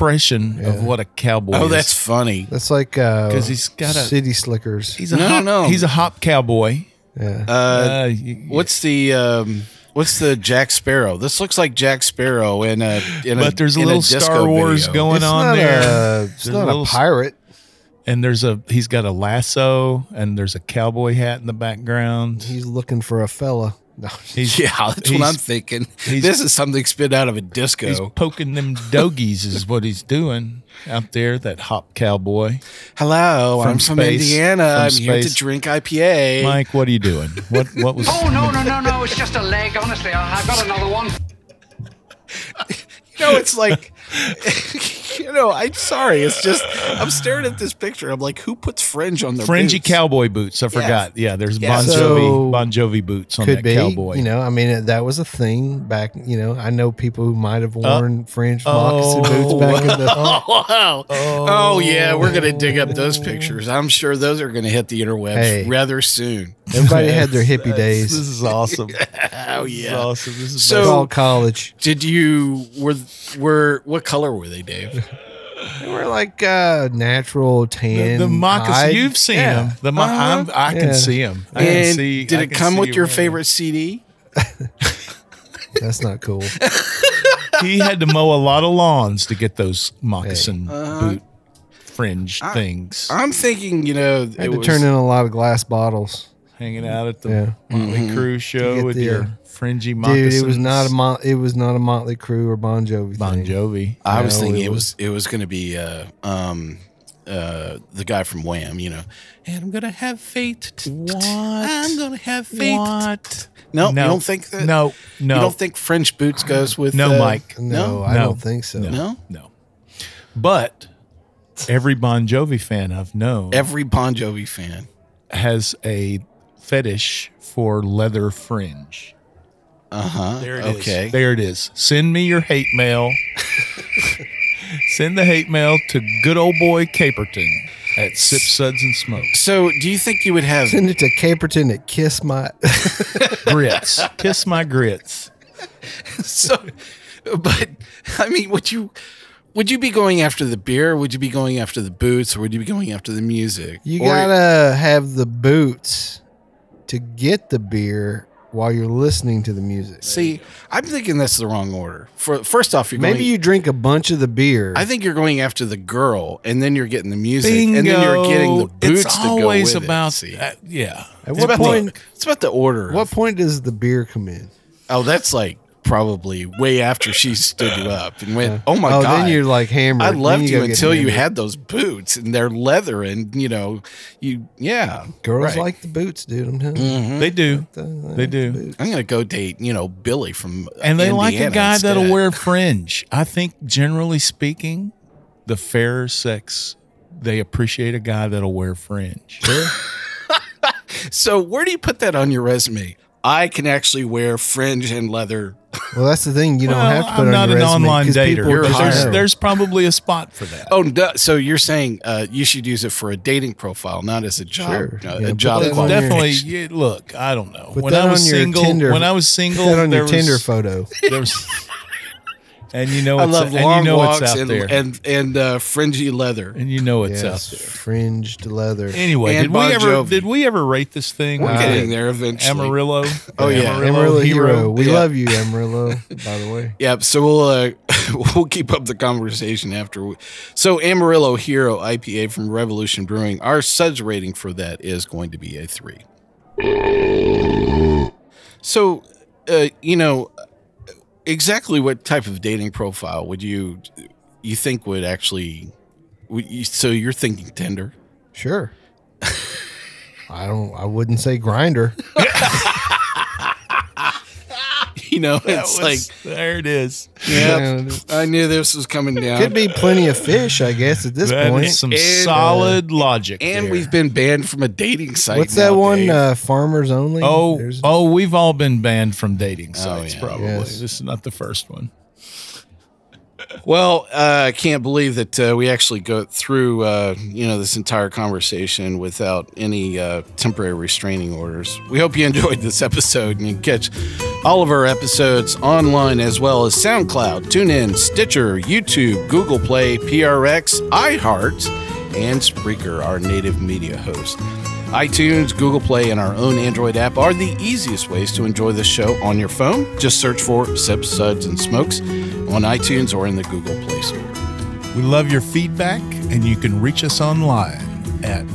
S3: impression of what a cowboy
S2: Oh,
S3: is.
S2: that's funny.
S4: That's like uh,
S3: 'Cause he's got a-
S4: city slickers.
S3: he's a
S2: No,
S3: hop,
S2: no.
S3: he's a hop cowboy.
S4: Yeah,
S2: Uh,
S3: Uh, y- y-
S2: what's the um, what's the Jack Sparrow? This looks like Jack Sparrow in a in a
S3: but there's a
S2: in
S3: little
S2: disco
S3: Star Wars
S2: video.
S3: going
S4: it's
S3: on
S4: not
S3: there.
S4: A, it's
S3: There's a
S4: not a
S3: little-
S4: pirate.
S3: and there's a he's got a lasso and there's a cowboy hat in the background.
S4: He's looking for a fella. No,
S3: He's
S2: Yeah, that's what
S3: he's-
S2: I'm thinking.
S3: he's-
S2: This is something spit out of a disco.
S3: He's poking them dogies is what he's doing out there. That hop cowboy,
S2: Hello,
S3: From
S2: I'm from
S3: space.
S2: Indiana.
S3: From
S2: I'm here to
S3: space.
S2: drink IPA.
S3: Mike. What are you doing? What what was?
S8: Oh, no, no, no, no. It's just a leg. Honestly, I, I've got another one.
S2: You know, it's like, you know, I'm sorry. It's just, I'm staring at this picture. I'm like, who puts fringe on their
S3: Fringy
S2: boots?
S3: cowboy boots. I forgot. Yeah, there's
S2: Yeah.
S3: Bon Jovi
S4: So,
S3: Bon Jovi boots on
S4: could
S3: that
S4: be.
S3: cowboy.
S4: You know, I mean that was a thing back. You know, I know people who might have worn fringe
S3: Uh, oh.
S4: moccasin boots back in the.
S2: Wow. Oh, yeah. We're going to dig up those pictures. I'm sure those are going to hit the interwebs
S4: Hey.
S2: rather soon.
S4: Everybody had their hippie
S3: This
S4: days.
S3: is awesome.
S2: Oh,
S3: This is
S2: yeah.
S3: awesome. This is
S4: It's
S2: So,
S4: all college.
S2: did you, were, were, what color were they, Dave?
S4: They were like uh, natural
S3: the,
S4: tan.
S3: the moccasin.
S4: hide.
S3: You've seen
S4: Yeah.
S3: him. The mo- I'm, I
S4: Yeah.
S3: can see him. I can
S2: And
S3: see.
S2: did
S3: I
S2: it
S3: can
S2: come
S3: see
S2: with your
S3: where-
S2: favorite CD?
S4: That's not cool.
S3: he had to mow a lot of lawns to get those moccasin
S2: Uh-huh.
S3: boot fringe things
S2: I'm thinking, you know,
S4: I
S2: it
S4: had to
S2: was-
S4: turn in a lot of glass bottles.
S3: hanging out at the
S4: Yeah.
S3: Motley
S2: Mm-hmm.
S3: Crue show
S4: get
S3: with
S4: the, uh,
S3: your fringy
S4: Dude,
S3: moccasins.
S4: it was not a mo- it was not a Motley Crue or Bon Jovi.
S3: Bon
S4: thing.
S3: Jovi.
S2: I was
S4: No,
S2: thinking
S4: it
S2: it was it was going to be uh, um, uh, the guy from Wham, you know. And I'm gonna have faith.
S3: What?
S2: I'm gonna have faith.
S3: What?
S2: No, you don't think that.
S3: No, no,
S2: you don't think French boots goes with
S3: no,
S2: uh,
S3: Mike.
S4: No,
S2: No?
S4: I
S3: No.
S4: don't think so.
S2: No,
S3: No, but every Bon Jovi fan I've known
S2: every Bon Jovi fan.
S3: has a fetish for leather fringe.
S2: Uh huh.
S3: There it is.
S2: okay.
S3: There it is. Send me your hate mail. Send the hate mail to good old boy Caperton at Sip Suds and Smokes.
S2: So, do you think you would have?
S4: Send it to Caperton at Kiss My.
S3: Grits. Kiss my grits.
S2: so, but I mean, would you? Would you be going after the beer? Would you be going after the boots? Or would you be going after the music?
S4: you
S2: Or-
S4: gotta have the boots to get the beer while you're listening to the music.
S2: see. I'm thinking that's the wrong order. For first off, you're
S4: Maybe
S2: going,
S4: you drink a bunch of the beer.
S2: I think you're going after the girl, and then you're getting the music, and then you're getting the
S3: Bingo.
S2: boots.
S3: It's
S2: to go
S3: always
S2: with it,
S3: about
S2: see.
S3: that. Yeah.
S4: At
S2: It's
S4: what
S2: about,
S4: point?
S2: the, it's about the order.
S4: What point does the beer come in?
S2: Oh, that's like probably way after she stood you up and went, "Oh my
S4: oh,
S2: god!"
S4: then you're like hammered.
S2: I
S4: Then
S2: loved you,
S4: gotta get
S2: until you
S4: hammered.
S2: had those boots and they're leather, and you know, you yeah,
S4: Girls
S2: right.
S4: like the boots, dude. I'm telling you.
S2: Mhm.
S3: They do.
S4: The-
S3: They do.
S4: boots.
S2: I'm gonna go date you know Billy from uh,
S3: And they like a
S2: Indiana
S3: guy that'll
S2: instead.
S3: wear fringe. I think generally speaking, the fairer sex, they appreciate a guy that'll wear fringe.
S2: So where do you put that on your resume? I can actually wear fringe and leather.
S4: Well, that's the thing. You
S3: Well,
S4: don't have to put
S3: I'm
S4: on
S3: not
S4: your
S3: an
S4: resume
S3: online
S4: 'cause
S3: dater.
S4: people
S2: You're
S3: but
S4: just
S3: there's,
S4: know.
S3: there's probably a spot for that.
S2: Oh, no, so you're saying uh, you should use it for a dating profile, not as a job,
S4: Sure.
S2: uh,
S4: Yeah,
S2: a
S4: put
S2: job
S4: that on your-
S2: qualification.
S3: Definitely. yeah, look, I don't know.
S4: Put
S3: when
S4: that
S3: I was
S4: on your
S3: single,
S4: Tinder-
S3: when I was single,
S4: Put that on
S3: there
S4: your
S3: was,
S4: Tinder photo.
S3: there was, and you know,
S2: I
S3: it's,
S2: love
S3: and
S2: long
S3: you know it's
S2: walks
S3: out
S2: and,
S3: there, and,
S2: and and uh, fringy leather.
S3: you know it's
S4: Yes,
S3: out there.
S4: fringed leather.
S3: Anyway,
S2: And
S3: did
S2: Bon
S3: we ever
S2: Jovi.
S3: did we ever rate this thing?
S2: We're
S3: Uh,
S2: getting there eventually.
S3: Amarillo.
S2: Oh, yeah.
S4: Amarillo, Hero. We
S2: Yeah.
S4: love you, Amarillo. by the way,
S2: Yep. So we'll uh, we'll keep up the conversation after. We, so Amarillo Hero IPA from Revolution Brewing. Our suds rating for that is going to be a three. So, uh, you know, exactly what type of dating profile would you you think would actually? Would you, so you're thinking Tinder.
S4: sure. I don't. I wouldn't say grinder.
S2: You know,
S3: That
S2: it's
S3: was-
S2: like
S3: there it is.
S2: yeah. I knew this was coming down.
S4: Could be plenty of fish, I guess. At this
S3: That
S4: point,
S3: is some
S2: And, uh,
S3: solid logic.
S2: And
S3: there.
S2: we've been banned from a dating site.
S4: what's that
S2: now,
S4: one?
S2: Dave.
S4: Uh, farmers only.
S3: Oh,
S4: There's-
S3: oh, we've all been banned from dating sites.
S2: Oh, yeah.
S3: Probably
S4: Yes.
S3: this is not the first one.
S2: Well, uh, I can't believe that uh, we actually go through uh, you know this entire conversation without any uh, temporary restraining orders. We hope you enjoyed this episode and you can catch All of our episodes online as well as SoundCloud, TuneIn, Stitcher, YouTube, Google Play, PRX, iHeart, and Spreaker, our native media host. iTunes, Google Play, and our own Android app are the easiest ways to enjoy the show on your phone. Just search for Sips, Suds, and Smokes on iTunes or in the Google Play Store.
S3: We love your feedback, and you can reach us online at.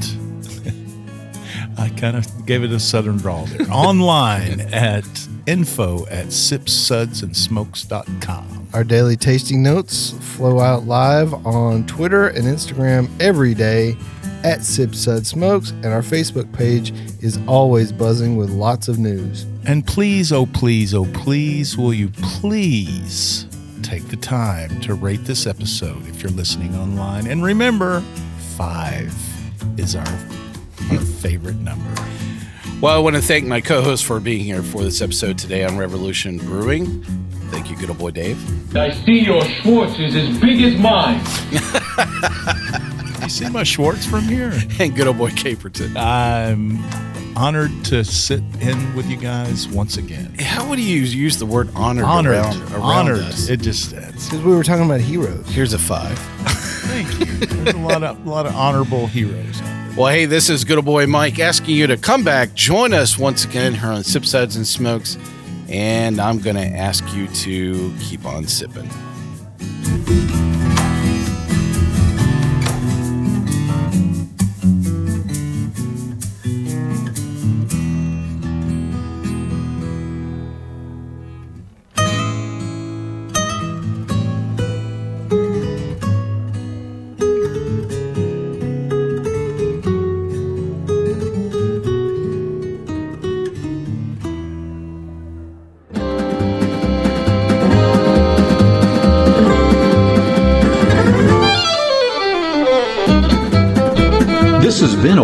S3: I kind of gave it a southern drawl there. Online at info at sipsudsandsmokes.com.
S4: Our daily tasting notes flow out live on Twitter and Instagram every day at Sip Sud Smokes, and our Facebook page is always buzzing with lots of news.
S3: And please, oh, please, oh, please, will you please take the time to rate this episode if you're listening online? And remember, five is our, our favorite number.
S2: Well, I want to thank my co host for being here for this episode today on Revolution Brewing. Thank you, good old boy Dave.
S9: I see your Schwartz is as big as mine.
S3: You see my Schwartz from here?
S2: And good old boy Caperton.
S3: I'm honored to sit in with you guys once again.
S2: How would you use the word honored,
S3: Honored,
S2: around, around
S3: honored.
S2: us?
S3: It just it's,
S4: Because we were talking about heroes.
S2: Here's a five.
S3: thank you. There's a lot of a lot of honorable heroes. out there.
S2: Well, hey, this is good old boy Mike asking you to come back, join us once again here on Sip Sides and Smokes, and I'm going to ask you to keep on sipping.
S1: This has been a